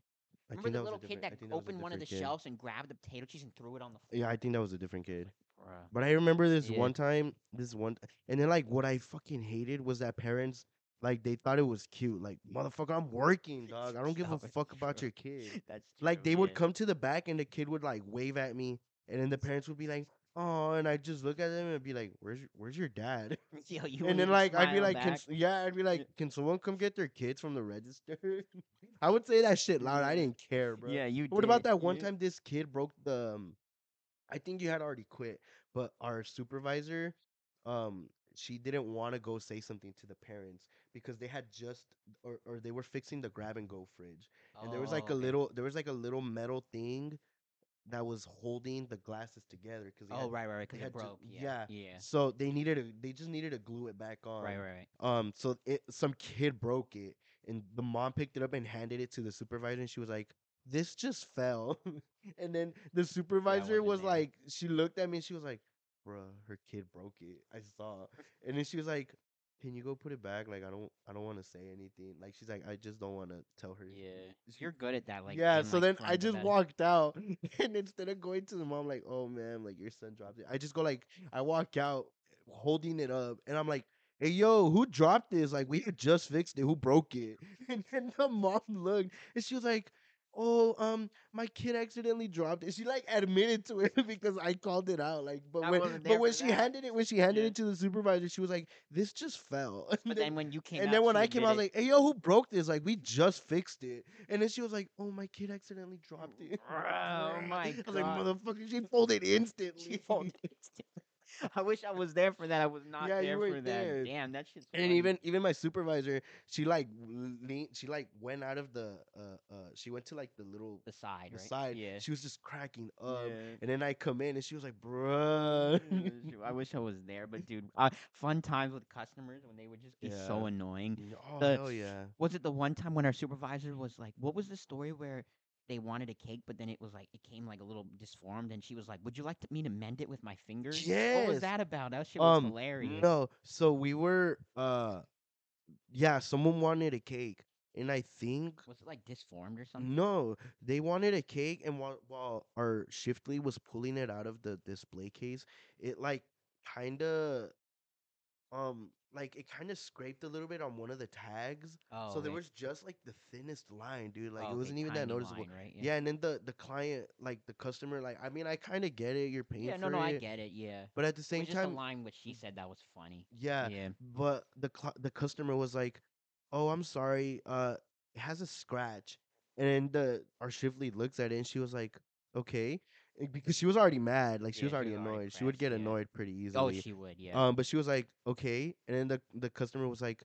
B: I
A: Remember
B: think
A: the
B: was a
A: little kid
B: different-
A: that
B: I think was a
A: opened one of the
B: different kid.
A: shelves and grabbed the potato cheese and threw it on the floor?
B: Yeah, I think that was a different kid.
A: Bruh.
B: But I remember this
A: Yeah.
B: one time, this one, and then like what I fucking hated was that parents, like they thought it was cute. Like motherfucker, I'm working, dog. I don't give a
A: That's
B: fuck about
A: true.
B: your kid.
A: That's
B: Like
A: true,
B: they would
A: yeah.
B: come to the back and the kid would like wave at me, and then the parents would be like, oh, and I just look at them and be like, "Where's your, where's your dad?"
A: Yo, you
B: and
A: wouldn't
B: then
A: even
B: like I'd be
A: smile
B: like, can,
A: back.
B: s- yeah, I'd be like, "Can someone come get their kids from the register?" I would say that shit loud. I
A: Yeah.
B: didn't care, bro.
A: yeah, you.
B: What
A: did,
B: about that one
A: yeah.
B: time this kid broke the? Um, I think you had already quit, but our supervisor, um, she didn't want to go say something to the parents because they had just or or they were fixing the grab and go fridge, and there was like
A: Oh,
B: a
A: okay.
B: little there was like a little metal thing that was holding the glasses together because
A: Oh right, right, right. Because
B: they
A: it
B: had to-
A: broke. yeah. Yeah.
B: So they needed to, they just needed to glue it back on.
A: Right, right, right.
B: Um, so it, some kid broke it, and the mom picked it up and handed it to the supervisor, and she was like, "This just fell." and then the supervisor
A: wasn't
B: was
A: there.
B: like, she looked at me, and she was like, "Bruh, her kid broke it. I saw." And then she was like, "Can you go put it back? Like, I don't, I don't want to say anything. Like, she's like, I just don't want to tell her."
A: Yeah.
B: she-
A: You're good at that. Like
B: yeah,
A: in,
B: so
A: like,
B: then
A: front
B: I
A: of the
B: just
A: bed.
B: walked out, and instead of going to the mom like, "Oh man, like your son dropped it," I just go like, I walk out holding it up, and I'm like, "Hey yo, who dropped this? Like we had just fixed it. Who broke it?" And then the mom looked, and she was like, "Oh, um, my kid accidentally dropped it." She like admitted to it because I called it out. Like, but
A: I
B: when
A: wasn't there
B: but when
A: for
B: she
A: that.
B: handed it when she handed
A: Yeah.
B: it to the supervisor, she was like, "This just fell." And
A: But
B: then-
A: then when you came,
B: and
A: out,
B: then when
A: she
B: I came, I was
A: admitted-
B: like, "Hey, yo, who broke this? Like, we just fixed it." And then she was like, "Oh, my kid accidentally dropped it."
A: Bro, Oh my
B: I was like,
A: God.
B: "Motherfucker, she folded instantly."
A: She folded instantly. I wish I was there for that. I was not
B: Yeah, you
A: there
B: weren't
A: for
B: there.
A: that. Damn, that shit's
B: And
A: funny.
B: even even my supervisor, she like lean, she like went out of the uh uh she went to like the little
A: the side,
B: the
A: right?
B: side. um,
A: Yeah.
B: She was just cracking up.
A: Yeah.
B: And then I come in and she was like, "Bruh."
A: Mm, shoot, I wish I was there, but dude, uh, fun times with customers when they would just be so
B: Yeah.
A: annoying.
B: oh
A: The-
B: hell yeah.
A: Was it the one time when our supervisor was like, what was the story where they wanted a cake, but then it was like, it came like a little disformed, and she was like, would you like to, me to mend it with my fingers? What was
B: Yes.
A: that about? That shit was
B: Um,
A: hilarious.
B: No, so we were uh yeah, someone wanted a cake. And I think
A: Was it like disformed or something?
B: No, they wanted a cake, and while while our shiftly was pulling it out of the display case, it like kind of, um, like it kind of scraped a little bit on one of the tags.
A: Oh,
B: so there
A: right.
B: was just like the thinnest line, dude. Like
A: Oh,
B: it
A: okay,
B: wasn't even that
A: tiny
B: noticeable.
A: line, right?
B: yeah. and then the the client, like the customer, like I mean, I kind of get it. You're paying
A: Yeah, no,
B: for
A: no, I
B: it,
A: get it. Yeah.
B: but at the
A: It
B: same
A: was just
B: time,
A: a line which she said that was funny.
B: yeah,
A: yeah.
B: but the cl- the customer was like, "Oh, I'm sorry. Uh, it has a scratch." And then the our shift lead looks at it and she was like, "Okay," eh, because she was already mad. Like she
A: Yeah,
B: was
A: she
B: already
A: was already
B: annoyed. she would
A: pressed,
B: get
A: yeah.
B: annoyed pretty
A: Oh,
B: easily.
A: she would. Yeah.
B: Um, but she was like, "Okay," and then the the customer was like,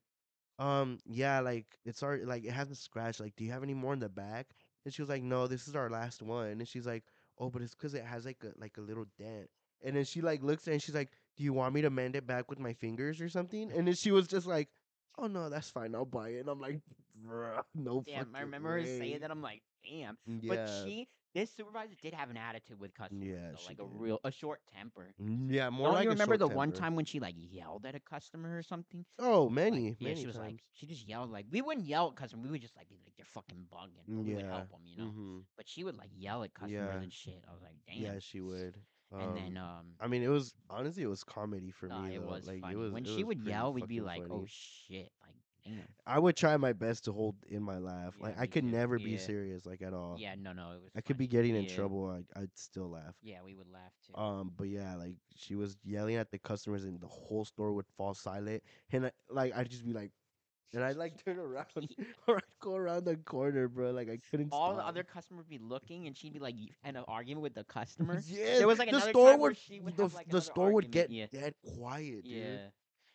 B: "Um, yeah, like it's already like it has a scratch. Like, do you have any more in the back?" And she was like, "No, this is our last one." And she's like, "Oh, but it's because it has like a like a little dent." And then she like looks at it and she's like, "Do you want me to mend it back with my fingers or something?" And then she was just like, "Oh no, that's fine. I'll buy it." And I'm like, "Bruh, no."
A: damn, I
B: fucking
A: remember her
B: way."
A: saying that. I'm like, damn.
B: Yeah.
A: But she, this supervisor did have an attitude with customers.
B: Yeah,
A: though,
B: she
A: like a
B: did.
A: real, a short temper.
B: Mm, yeah, more
A: Don't
B: like
A: Oh, you
B: a
A: remember
B: short
A: the one
B: temper.
A: time when she like yelled at a customer or something?
B: Oh,
A: Like,
B: many,
A: yeah,
B: many
A: she was
B: times.
A: like, she just yelled like we wouldn't yell at customers. We would just like be like they're fucking bugging. But We would
B: Yeah,
A: help them, you know.
B: hmm
A: But she would like yell at customers
B: Yeah.
A: and shit. I was like, damn.
B: Yeah, she would.
A: and
B: Um,
A: then um,
B: I mean, it was honestly it was comedy for
A: nah,
B: me.
A: it
B: though.
A: was
B: like
A: funny.
B: it was
A: when
B: it
A: she
B: was
A: would
B: pretty
A: yell, we'd be
B: fucking
A: like,
B: funny.
A: oh shit, like damn.
B: I would try my best to hold in my laugh.
A: Yeah,
B: like I
A: me
B: could
A: too.
B: never be
A: Yeah.
B: serious, like at all.
A: Yeah, no, no, it was.
B: I Uh, could be
A: funny.
B: getting in
A: Yeah.
B: trouble. I I'd still laugh.
A: Yeah, we would laugh too.
B: Um, but yeah, like she was yelling at the customers, and the whole store would fall silent. And I, like I'd just be like, and I'd like turn around or I'd go around the corner, bro. Like I couldn't.
A: All the
B: stop.
A: other customers would be looking, and she'd be like, in an argument with the customer.
B: Yes,
A: was, like,
B: the
A: another
B: store
A: time where
B: would,
A: she would
B: the,
A: have,
B: f-
A: like,
B: the
A: another
B: store would get
A: argument, yeah.
B: dead quiet, dude.
A: Yeah.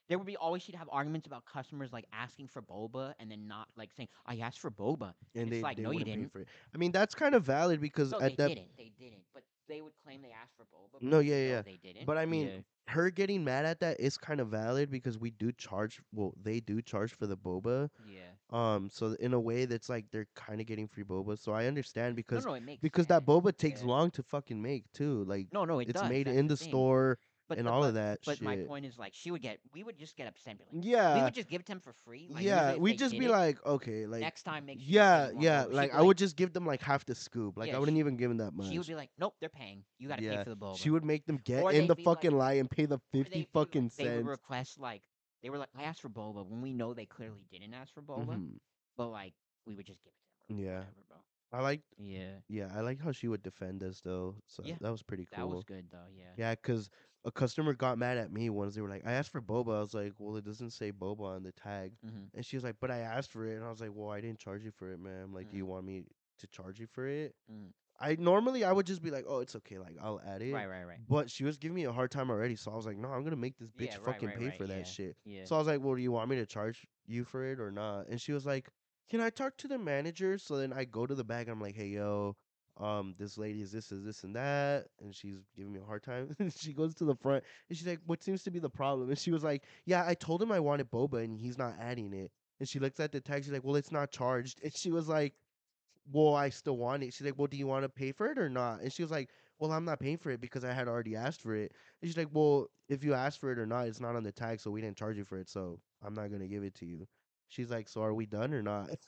A: There would be always she'd have arguments about customers like asking for boba and then not like saying I asked for boba.
B: and
A: It's
B: they,
A: like,
B: they
A: no, you
B: wouldn't pay
A: didn't.
B: for it. I mean, that's kind of valid because
A: No, they
B: at that,
A: didn't. They didn't. But they would claim they asked for boba. but
B: No, yeah,
A: no,
B: yeah, yeah.
A: They didn't.
B: But I mean,
A: Yeah.
B: her getting mad at that is kind of valid because we do charge. Well, they do charge for the boba.
A: yeah.
B: Um, so in a way that's like they're kind of getting free boba. So I understand
A: No,
B: because
A: no, it makes
B: because that
A: sense.
B: boba takes
A: Yeah.
B: long to fucking make too. Like
A: No, no, it
B: it's
A: does.
B: made
A: that's
B: in the
A: thing.
B: store
A: but,
B: and
A: but-
B: all
A: but,
B: of that
A: But
B: shit.
A: my point is like she would get we would just get upset and be like, We
B: yeah,
A: would just give it to them for free. Like,
B: yeah,
A: usually if
B: we
A: they
B: just
A: did
B: be
A: it,
B: like, okay, like.
A: next time make sure you
B: yeah,
A: send them more
B: yeah.
A: boba." She'd
B: Like
A: be
B: I would just give them like half the scoop. Like
A: Yeah,
B: I wouldn't
A: she-
B: even give them that much.
A: She would be like, "Nope, they're paying. You got to
B: Yeah,
A: pay for the boba."
B: She would make them get
A: Or
B: in
A: they'd
B: the
A: be like-
B: fucking line and pay the
A: Or
B: fifty
A: they'd be
B: fucking
A: like, They
B: cents.
A: would request like they were like, "I asked for boba," when we know they clearly didn't ask for boba,
B: Mhm.
A: but like we would just give it to them. or
B: Yeah.
A: whatever, bro.
B: I like
A: Yeah.
B: yeah, I like how she would defend us though. So
A: Yeah,
B: that was pretty cool.
A: That was good though. Yeah.
B: Yeah, because a customer got mad at me once. They were like, I asked for boba. I was like, well, it doesn't say boba on the tag.
A: hmm
B: And she was like, but I asked for it. And I was like, well, I didn't charge you for it, ma'am. Like, do
A: Mm.
B: you want me to charge you for it?
A: Mm.
B: I normally I would just be like, oh, it's okay. Like, I'll add it.
A: Right. Right. Right.
B: But she was giving me a hard time already. So I was like, no, I'm going to make this bitch
A: Yeah, right,
B: fucking
A: right,
B: pay
A: right,
B: for that
A: yeah.
B: shit.
A: Yeah.
B: So I was like, well, do you want me to charge you for it or not? And she was like, can I talk to the manager? So then I go to the bag. I'm like, hey, yo, um, this lady is this, is this, and that. And she's giving me a hard time. And she goes to the front and she's like, what seems to be the problem? And she was like, yeah, I told him I wanted boba and he's not adding it. And she looks at the tag. She's like, well, it's not charged. And she was like, well, I still want it. She's like, well, do you want to pay for it or not? And she was like, well, I'm not paying for it because I had already asked for it. And she's like, well, if you asked for it or not, it's not on the tag, so we didn't charge you for it, so I'm not gonna give it to you. She's like, so are we done or not?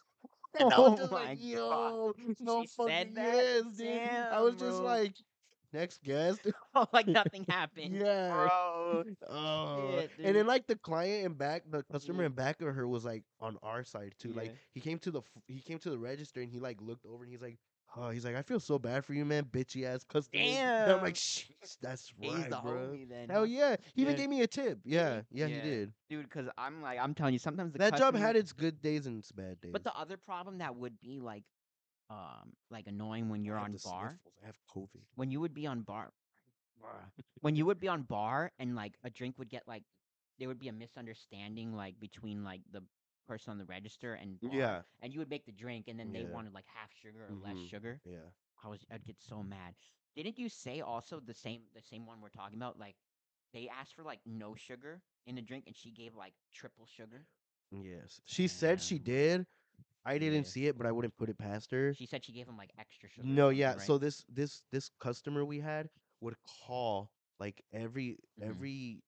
B: And I was
A: Oh
B: just
A: my
B: like,
A: God.
B: yo, no
A: She said
B: fucking
A: that?
B: yes, dude. I was
A: Damn,
B: just
A: bro.
B: like, next guest.
A: like nothing happened.
B: yeah.
A: Bro.
B: Oh.
A: Shit,
B: and then
A: dude.
B: like the client in back, the customer
A: Yeah.
B: in back of her was like on our side too. Like
A: Yeah.
B: he came to the f- he came to the register and he like looked over and he's like, oh, he's like, I feel so bad for you, man, bitchy ass customer. And I'm
A: Damn.
B: like, shh, that's
A: He's
B: right,
A: the
B: bro.
A: homie then.
B: Hell yeah. He even
A: Yeah.
B: gave me a tip. Yeah, yeah, he
A: Yeah.
B: did.
A: Dude, because I'm like, I'm telling you, sometimes the
B: that job
A: customer-
B: had its good days and its bad days.
A: But the other problem that would be like, um, like annoying when you're
B: I have
A: on
B: the
A: bar,
B: sniffles, I have COVID.
A: when you would be on bar, Bruh. when you would be on bar and like a drink would get like, there would be a misunderstanding like between like the person on the register and bar,
B: Yeah,
A: and you would make the drink and then they
B: Yeah.
A: wanted like half sugar or less
B: Mhm.
A: sugar.
B: yeah.
A: I was I'd get so mad. Didn't you say also the same the same one we're talking about? Like they asked for like no sugar in the drink and she gave like triple sugar.
B: Yes. She said she
A: Damn.
B: did. I didn't
A: Yeah.
B: see it, but I wouldn't put it past her.
A: She said she gave him like extra sugar. or
B: No,
A: something,
B: yeah.
A: right? Oh,
B: So this this this customer we had would call like every
A: Mhm.
B: every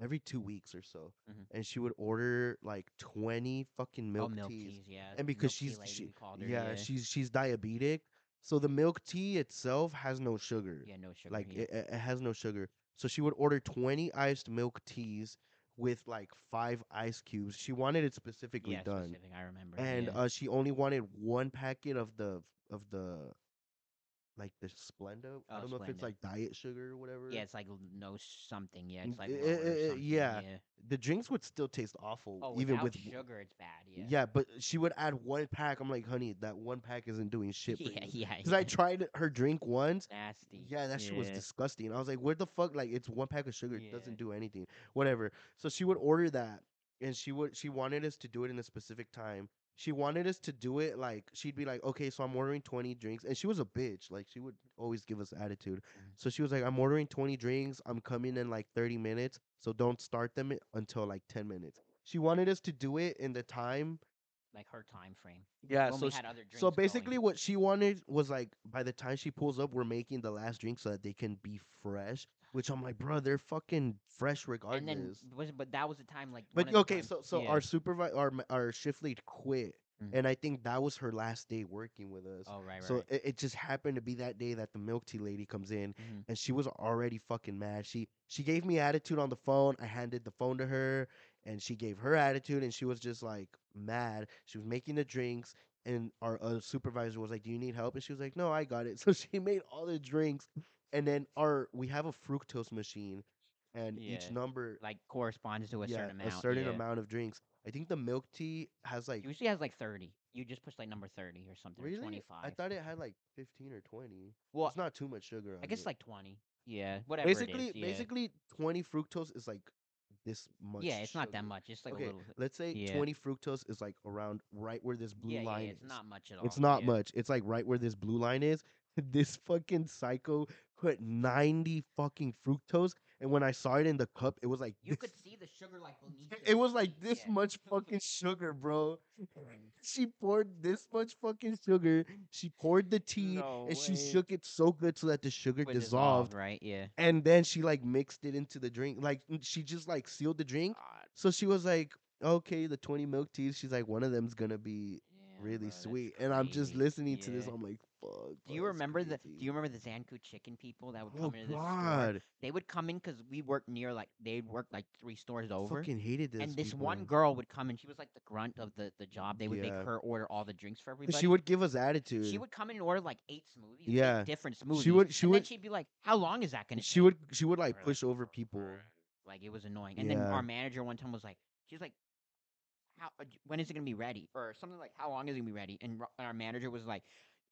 B: every two weeks or so,
A: Mhm.
B: and she would order like twenty fucking
A: Oh,
B: milk,
A: milk
B: teas.
A: teas, yeah.
B: And
A: milk
B: because
A: tea
B: she's
A: lady,
B: she,
A: we called her,
B: yeah,
A: yeah,
B: she's she's diabetic, so the milk tea itself has no sugar.
A: yeah, no sugar.
B: Like
A: yeah.
B: it, it it has no sugar. So she would order twenty iced milk teas with like five ice cubes. She wanted it specifically
A: yeah,
B: done
A: specific, I remember.
B: and
A: yeah.
B: uh, she only wanted one packet of the of the like the Splenda. I
A: Oh,
B: don't know if
A: Splenda.
B: it's like diet sugar or whatever.
A: yeah, it's like l- no something. Yeah, it's like
B: Uh,
A: lower or
B: uh, uh,
A: something,
B: yeah. the drinks would still taste awful,
A: Oh,
B: even
A: without
B: with w-
A: sugar, it's bad. Yeah.
B: Yeah. but she would add one pack. I'm like, honey, that one pack isn't doing shit for
A: yeah,
B: you.
A: yeah.
B: Because I
A: yeah.
B: tried her drink once.
A: nasty.
B: Yeah, that shit was
A: Yeah.
B: disgusting. I was like, where the fuck? Like, it's one pack of sugar. It
A: Yeah.
B: doesn't do anything. Whatever. So she would order that, and she would she wanted us to do it in a specific time. She wanted us to do it like she'd be like, okay, so I'm ordering twenty drinks, and she was a bitch. Like she would always give us attitude.
A: Mm.
B: So she was like, I'm ordering twenty drinks. I'm coming in like thirty minutes. So don't start them i- until like ten minutes. She wanted us to do it in the time.
A: Like her time frame.
B: Yeah.
A: when
B: so
A: we
B: sh-
A: had other drinks
B: so
A: going.
B: basically, what she wanted was like by the time she pulls up, we're making the last drink so that they can be fresh. Which I'm like, bro, they're fucking fresh
A: and then
B: regardless.
A: was but that was the time like. one
B: but
A: of the
B: okay,
A: times-
B: so so
A: yeah.
B: our supervisor, our ma- our shift lead quit,
A: Mm.
B: and I think that was her last day working with us.
A: Oh right, right.
B: so
A: right.
B: it, it just happened to be that day that the milk tea lady comes in,
A: Mhm.
B: and she was already fucking mad. She she gave me attitude on the phone. I handed the phone to her, and she gave her attitude, and she was just like mad. She was making the drinks, and our uh, supervisor was like, "Do you need help?" And she was like, "No, I got it." So she made all the drinks, and then our we have a fructose machine, and each
A: Yeah.
B: number
A: Like corresponds to a
B: yeah,
A: certain amount.
B: a certain
A: yeah.
B: amount of drinks. I think the milk tea has like
A: Usually has like thirty. You just push like number thirty or something. Or
B: really.
A: Twenty-five.
B: I thought it had like fifteen or twenty.
A: Well,
B: it's not too much sugar.
A: I
B: on
A: guess
B: it.
A: like twenty. Yeah, whatever. it
B: basically
A: is, yeah.
B: basically 20 fructose is like this much
A: Yeah, it's not that
B: sugar.
A: much. It's like
B: okay
A: a little.
B: let's say
A: yeah.
B: 20 fructose is like around right where this blue
A: yeah,
B: line
A: yeah, it's
B: is
A: not much at all.
B: it's not
A: yeah.
B: much it's like right where this blue line is this fucking psycho put 90 fucking fructose and when i saw it in the cup it was like
A: You
B: this-
A: could see the sugar like beneath.
B: it
A: your
B: was like
A: feet,
B: this
A: yeah.
B: much fucking sugar bro she poured this much fucking sugar she poured the tea
A: No
B: and she
A: way.
B: shook it so good so that the sugar
A: Would
B: dissolved
A: dissolve, right? Yeah.
B: and then she like mixed it into the drink. Like n- she just like sealed the drink.
A: God
B: So she was like, "Okay, the twenty milk teas." She's like, "One of them's gonna be
A: damn,
B: really
A: bro, that's
B: sweet." And I'm just
A: crazy.
B: listening to this.
A: Yeah.
B: I'm like, fuck.
A: Do you
B: bro, it's
A: remember the
B: crazy.
A: Do you remember the Zanku chicken people that would
B: Oh
A: come into the store?
B: god,
A: They would come in because we worked near like they worked like three stores over.
B: fucking hated this.
A: and this
B: people.
A: one girl would come and she was like the grunt of the, the job. They would
B: Yeah.
A: make her order all the drinks for everybody.
B: She would give us attitude.
A: she would come in and order like eight smoothies. eight
B: Yeah.
A: different smoothies.
B: She would. She
A: and
B: would.
A: then she'd be like, "How long is that gonna?"
B: She
A: take?"
B: would. She would
A: We're
B: like push over people.
A: Like it was annoying. And then
B: Yeah.
A: our manager one time was like, she was like, "How? uh, d- When is it gonna be ready?" Or something like, "How long is it gonna be ready?" And ro- and our manager was like,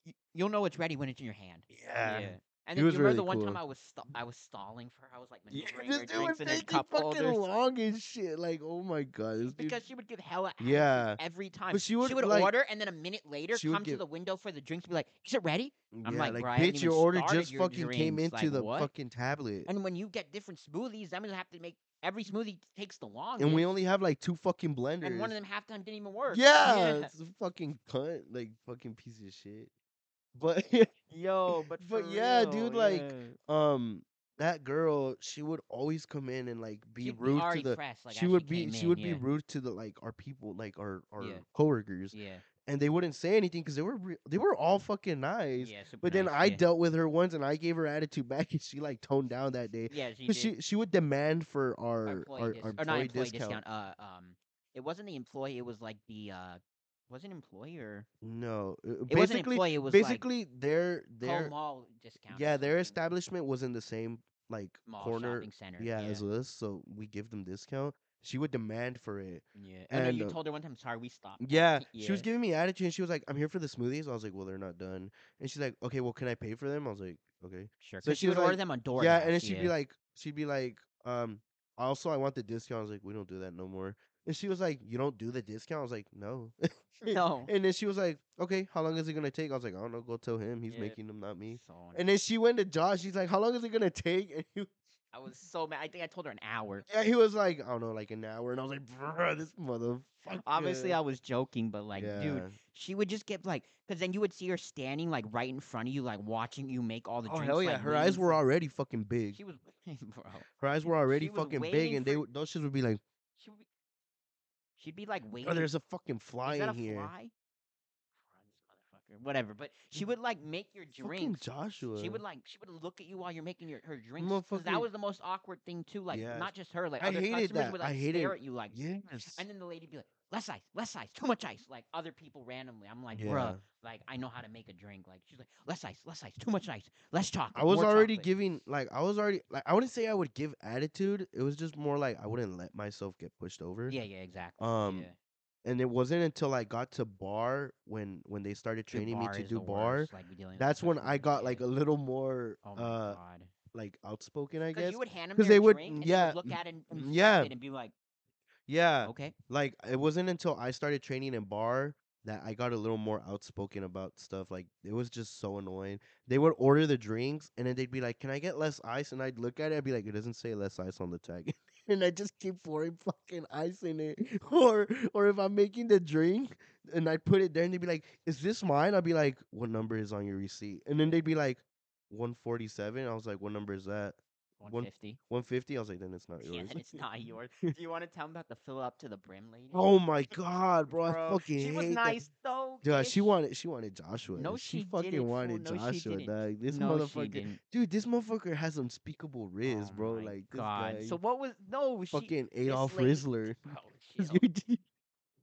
A: "Y- "You'll know it's ready when it's in your hand."
B: Yeah.
A: And then
B: He
A: you
B: was
A: remember
B: really
A: the one time
B: cool.
A: I was sta- I was stalling for her. I was like
B: Yeah,
A: maneuvering
B: this
A: her
B: dude was
A: drinks in her
B: taking
A: cup
B: fucking
A: holders.
B: long as shit. Like, oh my god, this dude.
A: because she would give hella attitude
B: Yeah.
A: every time.
B: But she would, like-
A: order and then a minute later
B: she would
A: come to
B: give-
A: the window for the drinks and be like, "Is it ready?" I'm
B: yeah,
A: like,
B: like
A: "Bro, I haven't
B: bitch,
A: even
B: your order
A: started
B: just
A: your
B: fucking came
A: drinks,
B: into
A: like,
B: the
A: what?"
B: fucking tablet, and,
A: And when you get different smoothies, that means I have to make every smoothie takes the longest.
B: we only have like two fucking blenders.
A: and one of them half time didn't even work.
B: Yeah, it's a fucking cunt, like fucking piece of shit. But
A: Yo, but
B: But
A: for
B: yeah, dude,
A: real,
B: like,
A: yeah.
B: um, that girl, she would always come in and like be
A: She'd
B: rude
A: already
B: to the.
A: pressed, like,
B: she
A: as
B: would be
A: came
B: she
A: in,
B: would
A: yeah,
B: be rude to the like our people like our our
A: Yeah.
B: coworkers
A: Yeah,
B: and they wouldn't say anything because they were re- they were all fucking nice
A: yeah, super
B: but then
A: nice,
B: I
A: yeah.
B: dealt with her once and I gave her attitude back and she like toned down that day
A: Yeah, she
B: because
A: did.
B: she she would demand for our
A: Our employee
B: our, our
A: dis-
B: employee,
A: or not employee
B: discount.
A: discount. Uh, um, it wasn't the employee. It was like the uh, wasn't employee or
B: No, uh,
A: it wasn't
B: basically
A: employee. It was
B: basically their
A: like Cole
B: their
A: mall discount. or
B: yeah their
A: something.
B: establishment was in the same like
A: mall
B: corner
A: shopping center.
B: yeah,
A: yeah.
B: as us so we give them discount. She would demand for it.
A: Yeah. And,
B: And,
A: you
B: uh,
A: told her one time, sorry, we stopped.
B: Yeah, she
A: Yeah.
B: was giving me attitude. and She was like, "I'm here for the smoothies." I was like, "Well, they're not done." And she's like, "Okay, well, can I pay for them?" I was like, "Okay."
A: Sure.
B: So
A: So she
B: she
A: would
B: was
A: order
B: like-
A: them on DoorDash.
B: yeah, and then she'd be
A: yeah.
B: like, she'd be like, um, also I want the discount. I was like, we don't do that no more. And she was like, you don't do the discount. I was like, no.
A: no.
B: And then she was like, okay, how long is it gonna take? I was like, I don't know. Go tell him. He's
A: Yeah.
B: making them, not me.
A: So
B: And then she went to Josh. She's like, how long is it gonna take? And he,
A: I was so mad. I think I told her an hour.
B: yeah, he was like, I don't know, like an hour. And I was like, bruh, this motherfucker.
A: Obviously, I was joking, but like, dude,
B: Yeah.
A: she would just get like, because then you would see her standing like right in front of you, like watching you make all the
B: Oh
A: drinks.
B: hell yeah,
A: like,
B: her eyes
A: waiting
B: were
A: for-
B: already fucking big.
A: She was, bro.
B: Her eyes were already
A: was
B: fucking big,
A: waiting
B: and they
A: for-
B: would- those shits would be like,
A: She would be, she'd be like waiting.
B: oh, there's a fucking
A: Is
B: fly
A: that
B: in
A: a
B: here.
A: fly? Run, motherfucker. Whatever, but she would like make your
B: Fucking
A: drinks.
B: Joshua.
A: She would like she would look at you while you're making your her drinks. 'cause
B: Motherfucking-
A: that was the most awkward thing too. Like
B: Yes.
A: not just her, like
B: I
A: other
B: hated
A: customers
B: that.
A: would
B: I
A: like
B: hated-
A: stare at you like
B: Yes.
A: and then the lady'd be like, Less ice, less ice, too much ice. Like other people randomly. I'm like,
B: Yeah.
A: bruh, like I know how to make a drink. Like she's like, less ice, less ice, too much ice, less chocolate.
B: I was
A: more
B: already
A: chocolate."
B: giving like I was already like I wouldn't say I would give attitude. It was just more like I wouldn't let myself get pushed over.
A: Yeah, yeah, exactly.
B: Um,
A: yeah.
B: And it wasn't until I got to bar when when they started
A: Dude,
B: training me
A: bar
B: to
A: is
B: do
A: the
B: bar.
A: worst, like, we dealing with
B: That's when I
A: customers,
B: got
A: yeah.
B: like a little more
A: Oh my
B: uh
A: god.
B: like outspoken, I
A: Because
B: guess.
A: you would hand them
B: 'cause
A: your
B: they would-
A: drink and
B: yeah,
A: they would look at it and, and sniff
B: yeah.
A: it and be like,
B: Yeah.
A: okay,
B: Like it wasn't until I started training in bar that I got a little more outspoken about stuff. Like it was just so annoying. They would order the drinks and then they'd be like, "Can I get less ice?" And I'd look at it and be like, "It doesn't say less ice on the tag." and I just keep pouring fucking ice in it. Or or if I'm making the drink and I put it there and they'd be like, "Is this mine?" I'd be like, "What number is on your receipt?" And then they'd be like, "147." I was like, "What number is that?" One-
A: 150.
B: 150. I was like, "Then it's not
A: Yeah,
B: yours."
A: then it's not yours. Do you want to tell them about the fill up to the brim lady?
B: Oh my god, bro! I fucking
A: She was
B: hate that.
A: nice though.
B: Dude,
A: bitch.
B: she wanted she wanted Joshua.
A: No,
B: dude. she,
A: she
B: fucking
A: didn't, fool.
B: wanted
A: No, she
B: Joshua,
A: didn't.
B: dog. This
A: no, she
B: motherfucker,
A: didn't.
B: dude, this motherfucker has unspeakable riz,
A: Oh
B: bro.
A: my
B: Like this
A: God.
B: guy,
A: So what was no? She
B: fucking
A: this
B: Adolf
A: lady-
B: Rizzler.
A: Bro, chill.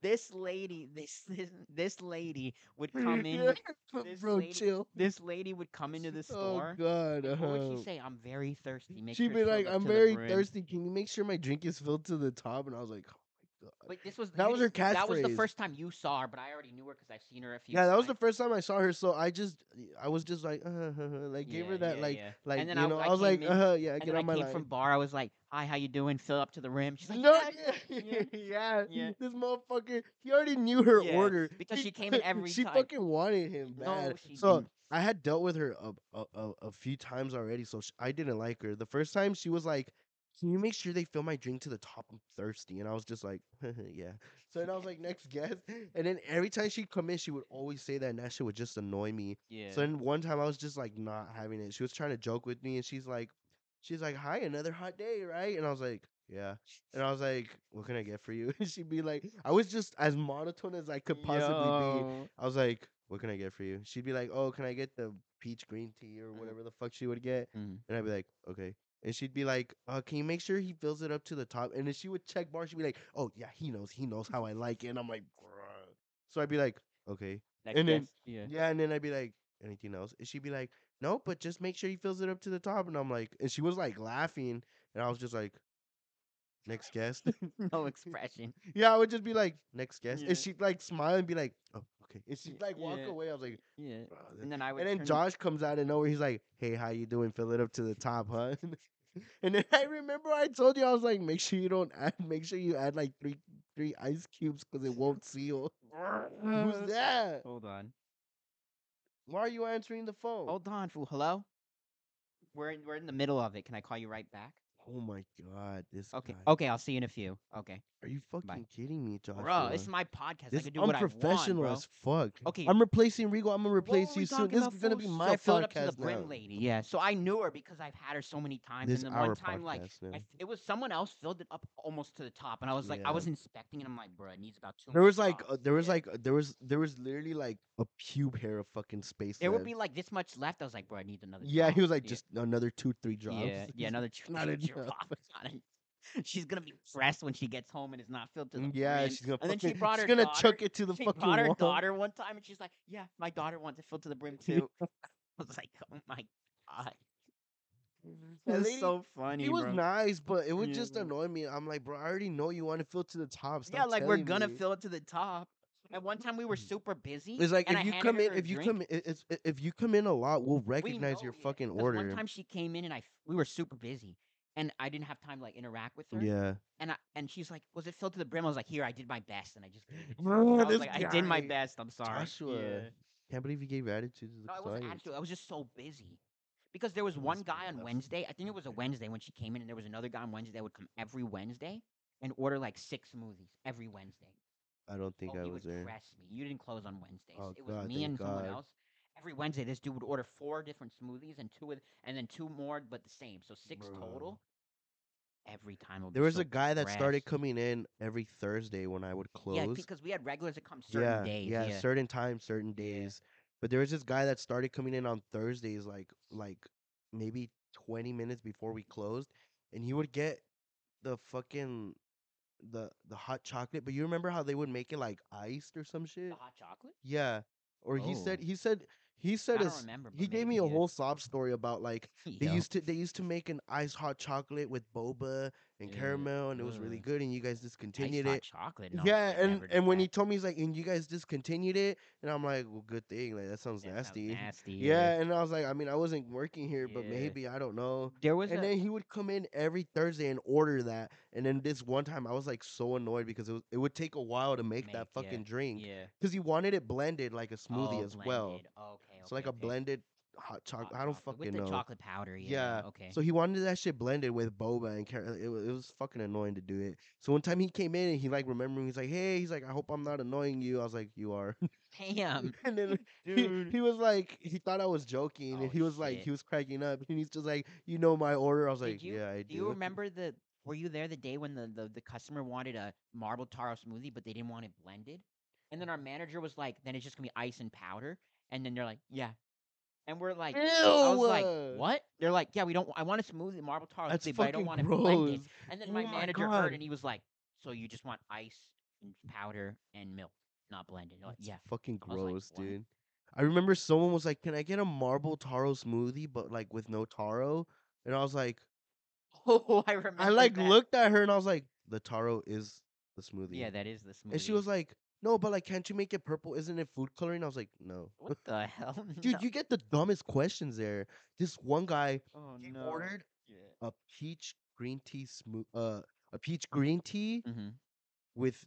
A: this lady, this this this lady would come in.
B: Yeah,
A: with-
B: but
A: this
B: bro,
A: lady-
B: chill.
A: This lady would come into the
B: Oh
A: store.
B: god,
A: and What would
B: uh-huh.
A: she say? I'm very thirsty. Make
B: she'd
A: sure
B: be
A: it's filled
B: like,
A: up
B: "I'm
A: to the
B: very
A: brim."
B: thirsty. Can you make sure my drink is filled to the top?" And I was like, "Oh my god."
A: But this was
B: That
A: you
B: was her
A: didn't- That was the
B: catchphrase.
A: first time you saw her, but I already knew her because I've seen her a few.
B: Yeah, that was the
A: times.
B: first time I saw her, so I just, I was just like, uh, uh, uh, like gave
A: Yeah,
B: her that,
A: yeah,
B: like,
A: yeah. And
B: like you
A: then I-
B: know,
A: I
B: I was like,
A: came in,
B: uh, yeah,
A: And
B: get
A: then I
B: on my
A: came
B: line.
A: from bar. I was like, "Hi, how you doing? Fill up to the rim." She's like,
B: no,
A: "Yeah,
B: yeah, yeah,
A: yeah.
B: This motherfucker, he already knew her
A: Yeah,
B: order
A: because
B: He-
A: she came in every
B: she
A: time.
B: fucking wanted him bad.
A: No, she
B: so
A: didn't.
B: I had dealt with her a, a, a, a few times already, so sh I didn't like her. The first time she was like, "Can you make sure they fill my drink to the top? I'm thirsty." And I was just like, "Yeah." So then I was like, "Next guest." And then every time she'd come in, she would always say that, and that shit would just annoy me.
A: Yeah.
B: So then one time I was just like not having it. She was trying to joke with me, and she's like, she's like, "Hi, another hot day, right?" And I was like, "Yeah." And I was like, "What can I get for you?" And she'd be like, "I was just as monotone as I could possibly be." I was like, what can I get for you? She'd be like, oh, can I get the peach green tea or
A: Mhm.
B: whatever the fuck she would get?
A: Mhm.
B: And I'd be like, okay. And she'd be like, uh, can you make sure he fills it up to the top? And then she would check bar. She'd be like, oh, yeah, he knows. He knows how I like it. And I'm like, "Bruh." so I'd be like, okay.
A: Like,
B: And then-
A: yes, yeah.
B: Yeah. And then I'd be like, anything else? And she'd be like, no, but just make sure he fills it up to the top. And I'm like, and she was like laughing. And I was just like, next guest.
A: no expression.
B: Yeah, I would just be like, next guest.
A: Yeah.
B: And she'd like smile and be like, oh, okay. And she'd
A: Yeah,
B: like walk
A: yeah.
B: away. I was like,
A: Yeah.
B: "Bruh, that-
A: And then I would.
B: and then
A: turn-
B: Josh comes out of nowhere. He's like, "Hey, how you doing? Fill it up to the top, huh?" and then I remember I told you I was like, "Make sure you don't add. Make sure you add like three three ice cubes because it won't seal."
A: Uh,
B: Who's that?
A: Hold on.
B: Why are you answering the phone?
A: Hold on, fool. Hello. We're in, we're in the middle of it. Can I call you right back?
B: Oh my god, this
A: Okay.
B: guy.
A: Okay. I'll see you in a few. Okay.
B: Are you fucking kidding me, Josh?
A: Bro, this is my podcast. I
B: this
A: can do what I want,
B: unprofessional
A: bro.
B: as fuck.
A: Okay.
B: I'm replacing Rigo. I'm gonna
A: What were
B: replace
A: we
B: you soon.
A: talking
B: This
A: about,
B: is gonna
A: fool?
B: be
A: So
B: my
A: filled
B: podcast
A: up to the
B: now.
A: brim lady. Yeah. So I knew her because I've had her so many times.
B: This
A: and then
B: our
A: one time, like,
B: podcast now.
A: I f it was someone else filled it up almost to the top, and I was like,
B: Yeah.
A: I was inspecting, and I'm like, bro, it needs about two.
B: There
A: more
B: was like
A: drops."
B: uh, there was
A: Yeah.
B: like uh, there was there was literally like a pube hair of fucking space.
A: there would
B: left.
A: be like this much left. I was like, bro, I need another.
B: Yeah, he
A: drop."
B: was like
A: Yeah.
B: just another two three drops.
A: Yeah, yeah, another two,
B: not
A: three
B: enough.
A: drop. Not en- She's gonna be stressed when she gets home and is not filled to the
B: Mm, yeah,
A: brim.
B: she's gonna.
A: and then she
B: fucking-
A: brought
B: she's
A: her
B: gonna
A: daughter-
B: chuck it to the
A: she
B: fucking
A: brought her
B: wall.
A: daughter one time and she's like, "Yeah, my daughter wants it filled to the brim too." I was like, "Oh my god,
B: That
A: that's
B: lady-
A: so funny."
B: He was
A: bro.
B: nice, but it would
A: Yeah,
B: just
A: bro.
B: annoy me. I'm like, bro, I already know you want to fill to the top. Stop
A: yeah, like we're
B: telling
A: gonna
B: me.
A: fill it to the top. At one time, we were super busy.
B: It's like
A: and
B: if
A: I
B: you
A: handed
B: come
A: her
B: in,
A: a
B: if you
A: drink.
B: come, i- it's, i- if you come in a lot, we'll
A: We
B: recognize
A: know,
B: your
A: yeah,
B: fucking
A: 'cause
B: order.
A: One time she came in and I, f- we were super busy, and I didn't have time to like interact with her.
B: yeah,
A: And I, and she's like, "Was it filled to the brim?" I was like, "Here, I did my best," and I just. gave it to her.
B: Bro,
A: I was
B: this
A: like, "I did my
B: guy,
A: best. I'm sorry."
B: Joshua.
A: Yeah.
B: can't believe you gave attitude to the
A: No, I wasn't
B: client.
A: actually. I was just so busy. Because there was
B: Oh,
A: one
B: that's pretty
A: guy on
B: tough.
A: Wednesday, I think it was a Wednesday when she came in, and there was another guy on Wednesday that would come every Wednesday and order like six smoothies every Wednesday.
B: I don't think
A: oh,
B: I
A: he
B: was
A: would
B: there.
A: press me. You didn't close on Wednesdays.
B: Oh,
A: it was
B: God,
A: me
B: thank
A: and someone
B: God.
A: else. Every Wednesday, this dude would order four different smoothies and two with, and then two more, but the same. So six
B: Bro.
A: total. Every time. I would be
B: There was
A: so
B: a guy that started
A: pressed.
B: coming in every Thursday when I would close.
A: Yeah, because we had regulars that come certain
B: yeah,
A: days.
B: Yeah,
A: Yeah.
B: certain times, certain
A: Yeah.
B: days. But there was this guy that started coming in on Thursdays, like like maybe twenty minutes before we closed, and he would get the fucking the the hot chocolate. But you remember how they would make it like iced or some
A: The
B: shit?
A: hot chocolate?
B: Yeah. Or he said
A: Ah. Oh.
B: he said he
A: I
B: said
A: don't
B: us.
A: remember. but
B: He gave me a
A: maybe, yeah.
B: whole sob story about like they
A: Yo.
B: used to they used to make an ice hot chocolate with boba and
A: Ew,
B: caramel and it was really
A: ugh.
B: good and you guys discontinued
A: Ice
B: it.
A: hot chocolate. No,
B: yeah,
A: I
B: and
A: never did
B: and when
A: that.
B: he told me he's like, and you guys discontinued it, and I'm like, well, good thing, like that sounds
A: That sounds
B: nasty.
A: nasty.
B: Yeah, and I was like, I mean, I wasn't working here, but
A: Yeah.
B: maybe I don't know.
A: There was
B: And
A: a,
B: then he would come in every Thursday and order that. And then this one time, I was like so annoyed because it was, it would take a while to make, that
A: Make, yeah,
B: fucking drink
A: yeah.
B: because he wanted it blended like a smoothie
A: oh,
B: as well.
A: blended. Okay.
B: So like
A: okay,
B: a
A: okay.
B: blended hot
A: Hot
B: chocolate. I don't
A: chocolate
B: fucking
A: with
B: know.
A: the chocolate powder. Yeah.
B: Yeah,
A: Okay.
B: So he wanted that shit blended with boba and car- it, was, it was fucking annoying to do it. So one time he came in and he like remembering he's like, "Hey, he's like, I hope I'm not annoying you." I was like, "You are."
A: Damn,
B: and then he,
A: dude.
B: he was like, he thought I was joking
A: Oh,
B: and he was like,
A: shit.
B: he was cracking up and he's just like, "You know my order." I was
A: Did
B: like,
A: you-
B: "Yeah, I do."
A: Do you remember the? Were you there the day when the, the the customer wanted a marble taro smoothie, but they didn't want it blended? And then our manager was like, "Then it's just gonna be ice and powder." And then they're like, "Yeah." And we're like, I was
B: Ew.
A: like, "What?" They're like, "Yeah, we don't. I want a smoothie, marble taro
B: That's
A: smoothie, but I don't
B: fucking
A: want it blended."
B: gross.
A: And then
B: Oh
A: my
B: my
A: manager
B: God.
A: heard, and he was like, "So you just want ice and powder and milk, not blended?" They're Like,
B: That's
A: yeah.
B: Fucking
A: I was like,
B: gross,
A: "What?"
B: dude. I remember someone was like, "Can I get a marble taro smoothie, but like with no taro?" And I was like,
A: Oh, I remember.
B: I like
A: that.
B: looked at her and I was like, "The taro is the smoothie."
A: Yeah, that is the smoothie.
B: And she was like, "No, but like, can't you make it purple? Isn't it food coloring?" I was like, "No,
A: "What the hell,
B: dude,
A: No.
B: you get the dumbest questions there." This one guy
A: Oh
B: he
A: no.
B: ordered
A: Yeah.
B: a peach green tea smooth, uh, a peach green tea
A: hmm
B: with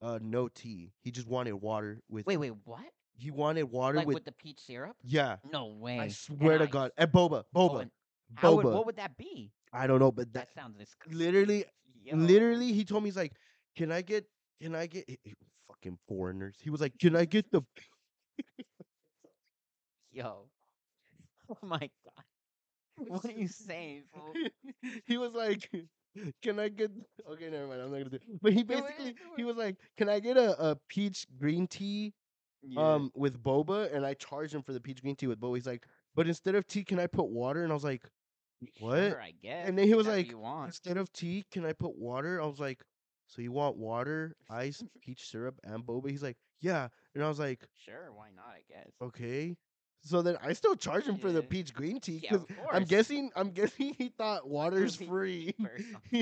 B: uh no tea. He just wanted water with.
A: Wait, wait, what?
B: He wanted water
A: Like
B: with,
A: with, the peach syrup?
B: Yeah,
A: No way.
B: I
A: And
B: swear to
A: ice.
B: God, and boba,
A: Oh,
B: boba,
A: and how would-
B: boba.
A: what would that be?
B: I don't know, but that
A: That, sounds disgusting.
B: literally
A: Yo.
B: literally he told me he's like can i get can i get fucking foreigners he was like can i get the
A: Yo. Oh my god. What are you saying? fool?
B: he was like can i get okay never mind i'm not gonna do it. but he
A: Do it,
B: basically
A: do
B: he
A: it.
B: was like can i get a, a peach green tea
A: Yeah.
B: um with boba and I charged him for the peach green tea with boba. He's like, but instead of tea, can I put water? And I was like, what?
A: Sure, I guess.
B: then he was
A: whatever
B: like,
A: you want.
B: instead of tea, can I put water? I was like, so you want water, ice, peach syrup, and boba? He's like, yeah. And I was like,
A: Sure, why not? I guess.
B: okay. So then I still charge him for the
A: Yeah.
B: peach green tea
A: Yeah,
B: because
A: of
B: I'm
A: course.
B: guessing I'm guessing he thought water's
A: Be
B: free.
A: cheaper or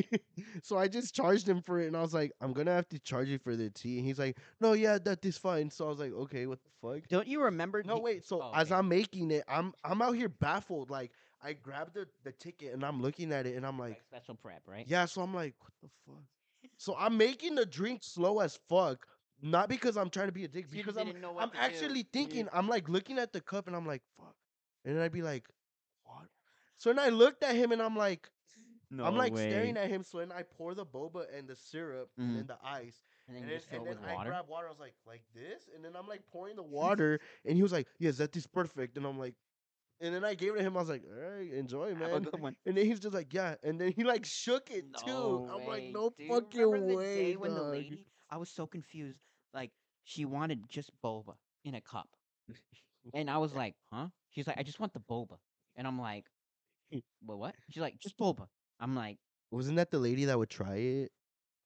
B: so I just charged him for it and I was like, I'm gonna have to charge you for the tea. And he's like, No, yeah, that is fine. So I was like, Okay, what the fuck?
A: Don't you remember?
B: No,
A: the-
B: wait. So
A: oh,
B: as
A: okay.
B: I'm making it, I'm I'm out here baffled. Like I grabbed the, the ticket and I'm looking at it and I'm like,
A: like special prep, right?
B: yeah. So I'm like, what the fuck? So I'm making the drink slow as fuck. Not because I'm trying to be a dick,
A: You
B: because I'm
A: didn't know what
B: I'm
A: to do.
B: actually
A: Yeah.
B: thinking. I'm like looking at the cup and I'm like, fuck. And then I'd be like, what? So then I looked at him and I'm like,
A: No
B: I'm like
A: way.
B: staring at him. So then I pour the boba and the syrup
A: Mhm.
B: and then the ice.
A: And then
B: And
A: you
B: then,
A: just fill
B: and
A: it with
B: then I
A: water.
B: grabbed water. I was like, like this, and then I'm like pouring the water, and he was like, yes, that is perfect. And I'm like, and then I gave it to him. I was like, all right, enjoy,
A: Have a
B: man.
A: good one.
B: And then he's just like, yeah. And then he like shook it too. I'm like,
A: way.
B: no
A: Do you
B: fucking
A: remember
B: way,
A: The day when the
B: dog."
A: lady, I was so confused. Like she wanted just boba in a cup, and I was like, "Huh?" She's like, "I just want the boba," and I'm like, "Well, what?" She's like, "Just boba." I'm like,
B: Wasn't that the lady that would try it?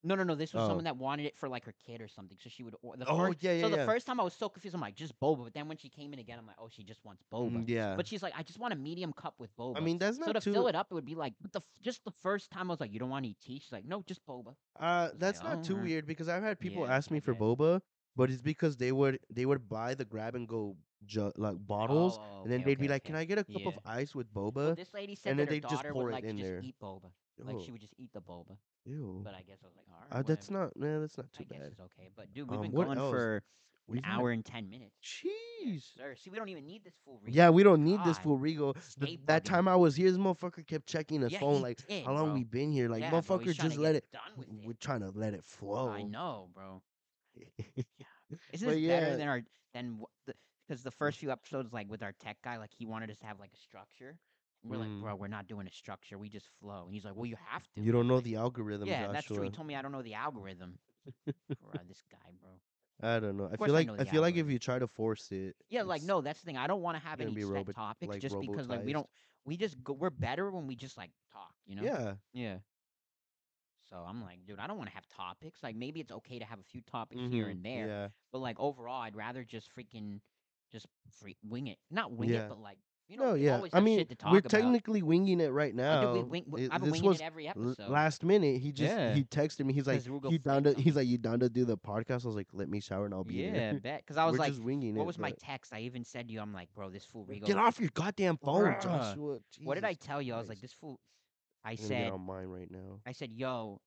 A: "No, no, no." This was
B: Oh.
A: someone that wanted it for like her kid or something, so she would. Or- the
B: Oh,
A: first,
B: yeah, yeah,
A: So the
B: yeah.
A: first time I was so confused. I'm like, "Just boba," but then when she came in again, I'm like, "Oh, she just wants boba."
B: Mm, Yeah.
A: But she's like, "I just want a medium cup with boba."
B: I mean, that's
A: so
B: not
A: to
B: too.
A: fill it up, it would be like, but the f- just the first time I was like, "You don't want to eat tea?" She's like, "No, just boba."
B: Uh,
A: like,
B: that's
A: "Oh,
B: not too
A: uh,
B: weird because I've had people
A: yeah,
B: ask me
A: I
B: for
A: bet."
B: boba, but it's because they would they would buy the grab and go ju- like bottles,
A: Oh,
B: and then
A: okay,
B: they'd be
A: okay,
B: like, "Can
A: okay.
B: I get a cup of
A: Yeah.
B: ice with boba?"
A: Well, this lady said
B: and
A: that
B: then
A: her
B: they just
A: daughter
B: pour
A: would
B: it
A: like to
B: in
A: just
B: there.
A: eat boba. Like she would just eat the boba.
B: Ew.
A: But I guess I was like, all right,
B: Uh, that's
A: whatever.
B: not nah, that's not too
A: I guess
B: bad.
A: it's okay. But dude, we've
B: Um,
A: been
B: what
A: going
B: else?
A: for
B: We've
A: an
B: had-
A: hour and ten minutes. Yes,
B: Jeez.
A: sir. See, we don't even need this full read.
B: Yeah, we don't need this
A: God.
B: fool Rigo. The-
A: Stay
B: that
A: bugging
B: time
A: me.
B: I was here, this motherfucker kept checking his
A: Yeah,
B: phone,
A: he
B: like
A: did,
B: how long
A: bro.
B: we been here. Like
A: yeah, bro,
B: motherfucker,
A: he's trying
B: just
A: to
B: let
A: get
B: it.
A: Done with
B: We're
A: it.
B: trying to let it flow.
A: I know, bro. Isn't
B: But
A: this
B: yeah. Mm.
A: better than our than because the, first few episodes, like with our tech guy, like he wanted us to have like a structure. And We're
B: Mm.
A: like, bro, we're not doing a structure. We just flow. And he's like, well, you have to.
B: you don't know
A: Like,
B: the algorithm,
A: Yeah,
B: Joshua.
A: that's true. He told me I don't know the algorithm. Bruh, this guy, bro.
B: I don't know. I
A: course
B: feel
A: I
B: like
A: know
B: I
A: the
B: feel like if
A: algorithm.
B: you try to force it,
A: Yeah, like
B: it's-
A: no, that's the thing. I don't want to have
B: gonna
A: any
B: be
A: set
B: robot-
A: topics
B: like,
A: just because like we
B: robotized.
A: don't we just go, we're better when we just like talk, you know?
B: yeah,
A: Yeah. So I'm like, dude, I don't want to have topics. Like maybe it's okay to have a few topics here
B: mhm,
A: and there,
B: Yeah,
A: but like overall, I'd rather just freaking just free- wing it. Not wing
B: Yeah.
A: it, but like you know,
B: no,
A: we
B: yeah.
A: always
B: I
A: have
B: mean,
A: shit to talk
B: we're
A: about.
B: technically winging it right
A: I
B: now.
A: do, we wing, we-
B: It-
A: I've been
B: this
A: winging
B: was
A: it every
B: l-
A: episode.
B: last minute. He just
A: Yeah.
B: he texted me. He's like,
A: Because we'll go
B: you
A: find
B: down to? He's
A: something.
B: like, you down to do the podcast? I was like, let me shower and I'll be
A: yeah,
B: there.
A: bet. Because I was
B: we're
A: like,
B: just winging
A: what
B: it.
A: was my
B: but-
A: text? I even said to you, I'm like, bro, this fool Rigo.
B: Get off your goddamn phone,
A: Bruh.
B: Joshua.
A: What did I
B: Jesus
A: tell you? I was
B: Christ.
A: like, this fool. I
B: I'm gonna get
A: said,
B: on mine right now.
A: I said, yo,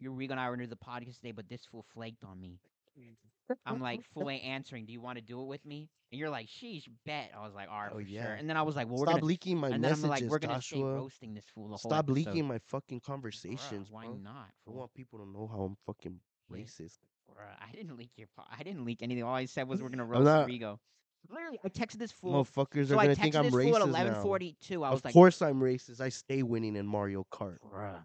A: you Rigo and I were into the podcast today, but this fool flaked on me. I'm like, fool ain't answering. Do you want to do it with me? And you're like, sheesh, bet. I was like, all right,
B: Oh,
A: for
B: yeah.
A: sure. And then I was like, well, we're
B: Stop
A: gonna.
B: leaking my
A: and then
B: messages,
A: I'm like, we're gonna stay
B: Joshua.
A: roasting this fool the whole
B: Stop
A: episode."
B: leaking my fucking
A: Bruh,
B: conversations.
A: why
B: bro.
A: not?
B: I
A: fool?
B: want people to know how I'm fucking
A: Yeah.
B: racist.
A: Bruh, I didn't leak your. Po- I didn't leak anything. All I said was we're gonna
B: I'm
A: roast
B: not-
A: Rigo. Literally, I texted this fool.
B: Motherfuckers
A: So
B: are
A: I
B: gonna
A: texted
B: think I'm
A: this fool at
B: racist now.
A: 11:42. I was
B: of
A: like,
B: course I'm racist. I stay winning in Mario Kart.
A: Bruh.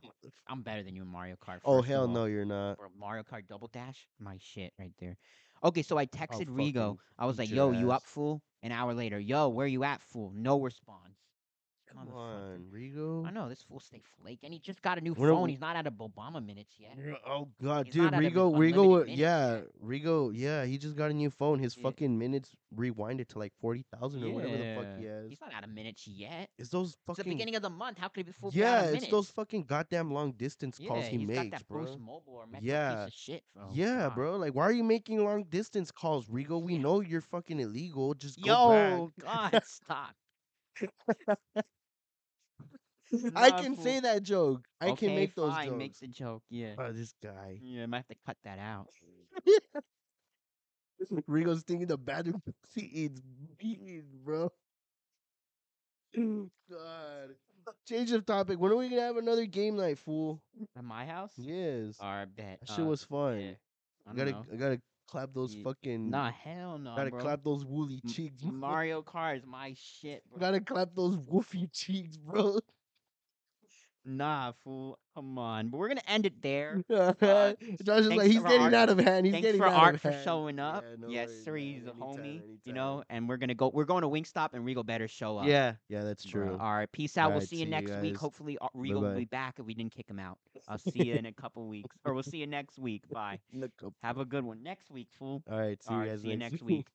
A: I'm better than you in Mario Kart.
B: Oh
A: first of
B: hell
A: all.
B: no, you're not.
A: Bro, Mario Kart Double Dash, my shit right there. Okay, so I texted Rigo.
B: Oh, fucking
A: I was
B: beat
A: like,
B: your
A: "Yo, you
B: ass.
A: up, fool?" An hour later, "Yo, where you at, fool?" No response.
B: Come
A: Motherfucker.
B: on, Rigo.
A: I know this fool stay flake, and he just got a new
B: We're-
A: phone. He's not out of Obama minutes yet.
B: Yeah, Oh god,
A: He's
B: dude,
A: not out of his
B: Rigo,
A: unlimited
B: Rigo, uh,
A: minutes
B: yeah,
A: yet.
B: Rigo, yeah, he just got a new phone. His
A: Yeah.
B: fucking minutes rewinded to like forty thousand or whatever the fuck he has.
A: He's not out of minutes yet.
B: It's those
A: It's the
B: fucking
A: beginning of the month. How could he be full?
B: yeah,
A: out of
B: it's
A: minutes?
B: those fucking goddamn long distance
A: yeah,
B: calls he
A: he's
B: makes,
A: got that
B: bro.
A: Boost Mobile or Metro
B: Yeah.
A: piece of shit. Bro.
B: yeah,
A: God.
B: bro. Like, why are you making long distance calls, Rigo? We
A: Yeah.
B: know you're fucking illegal. Just go back.
A: Yo, God, stop.
B: I
A: Nah,
B: can
A: fool.
B: say that joke. I
A: okay,
B: can make those
A: fine,
B: jokes.
A: Make the joke, yeah.
B: Oh, this guy.
A: Yeah, I might have to cut that out.
B: Rigo's thinking the bathroom proceeds beans, bro. God. Change of topic. When are we gonna have another game night, fool?
A: At my house?
B: Yes.
A: Or I bet.
B: that shit
A: uh,
B: was fun.
A: yeah. I
B: I
A: don't
B: gotta
A: know.
B: I gotta clap those
A: Ye-
B: fucking
A: Nah, hell no,
B: gotta
A: bro.
B: clap those woolly
A: M-
B: cheeks. bro.
A: Mario Kart is my shit, bro.
B: gotta clap those woofy cheeks, bro.
A: Nah, fool. Come on. But we're gonna end it there.
B: Josh is like,
A: thanks
B: he's
A: for
B: getting
A: Art.
B: out of hand. He's
A: Thanks
B: getting
A: for
B: out
A: Art
B: of
A: for
B: hand.
A: showing up.
B: Yeah, no
A: yes,
B: worries,
A: sir.
B: man.
A: He's a homie.
B: Anytime,
A: You know,
B: anytime.
A: and we're gonna go. We're going to Wingstop, and Regal better show up.
B: Yeah, yeah, that's
A: bruh.
B: true.
A: All right. Peace out.
B: All
A: We'll
B: right,
A: see you
B: see you
A: next week.
B: guys.
A: Hopefully, uh, Regal will
B: Bye-bye.
A: be back if we didn't kick him out. I'll see you in a couple weeks, or we'll see you next week. Bye.
B: Look up.
A: Have a good one next week, fool.
B: All right, see
A: All
B: you
A: right.
B: guys
A: see you
B: next
A: next week.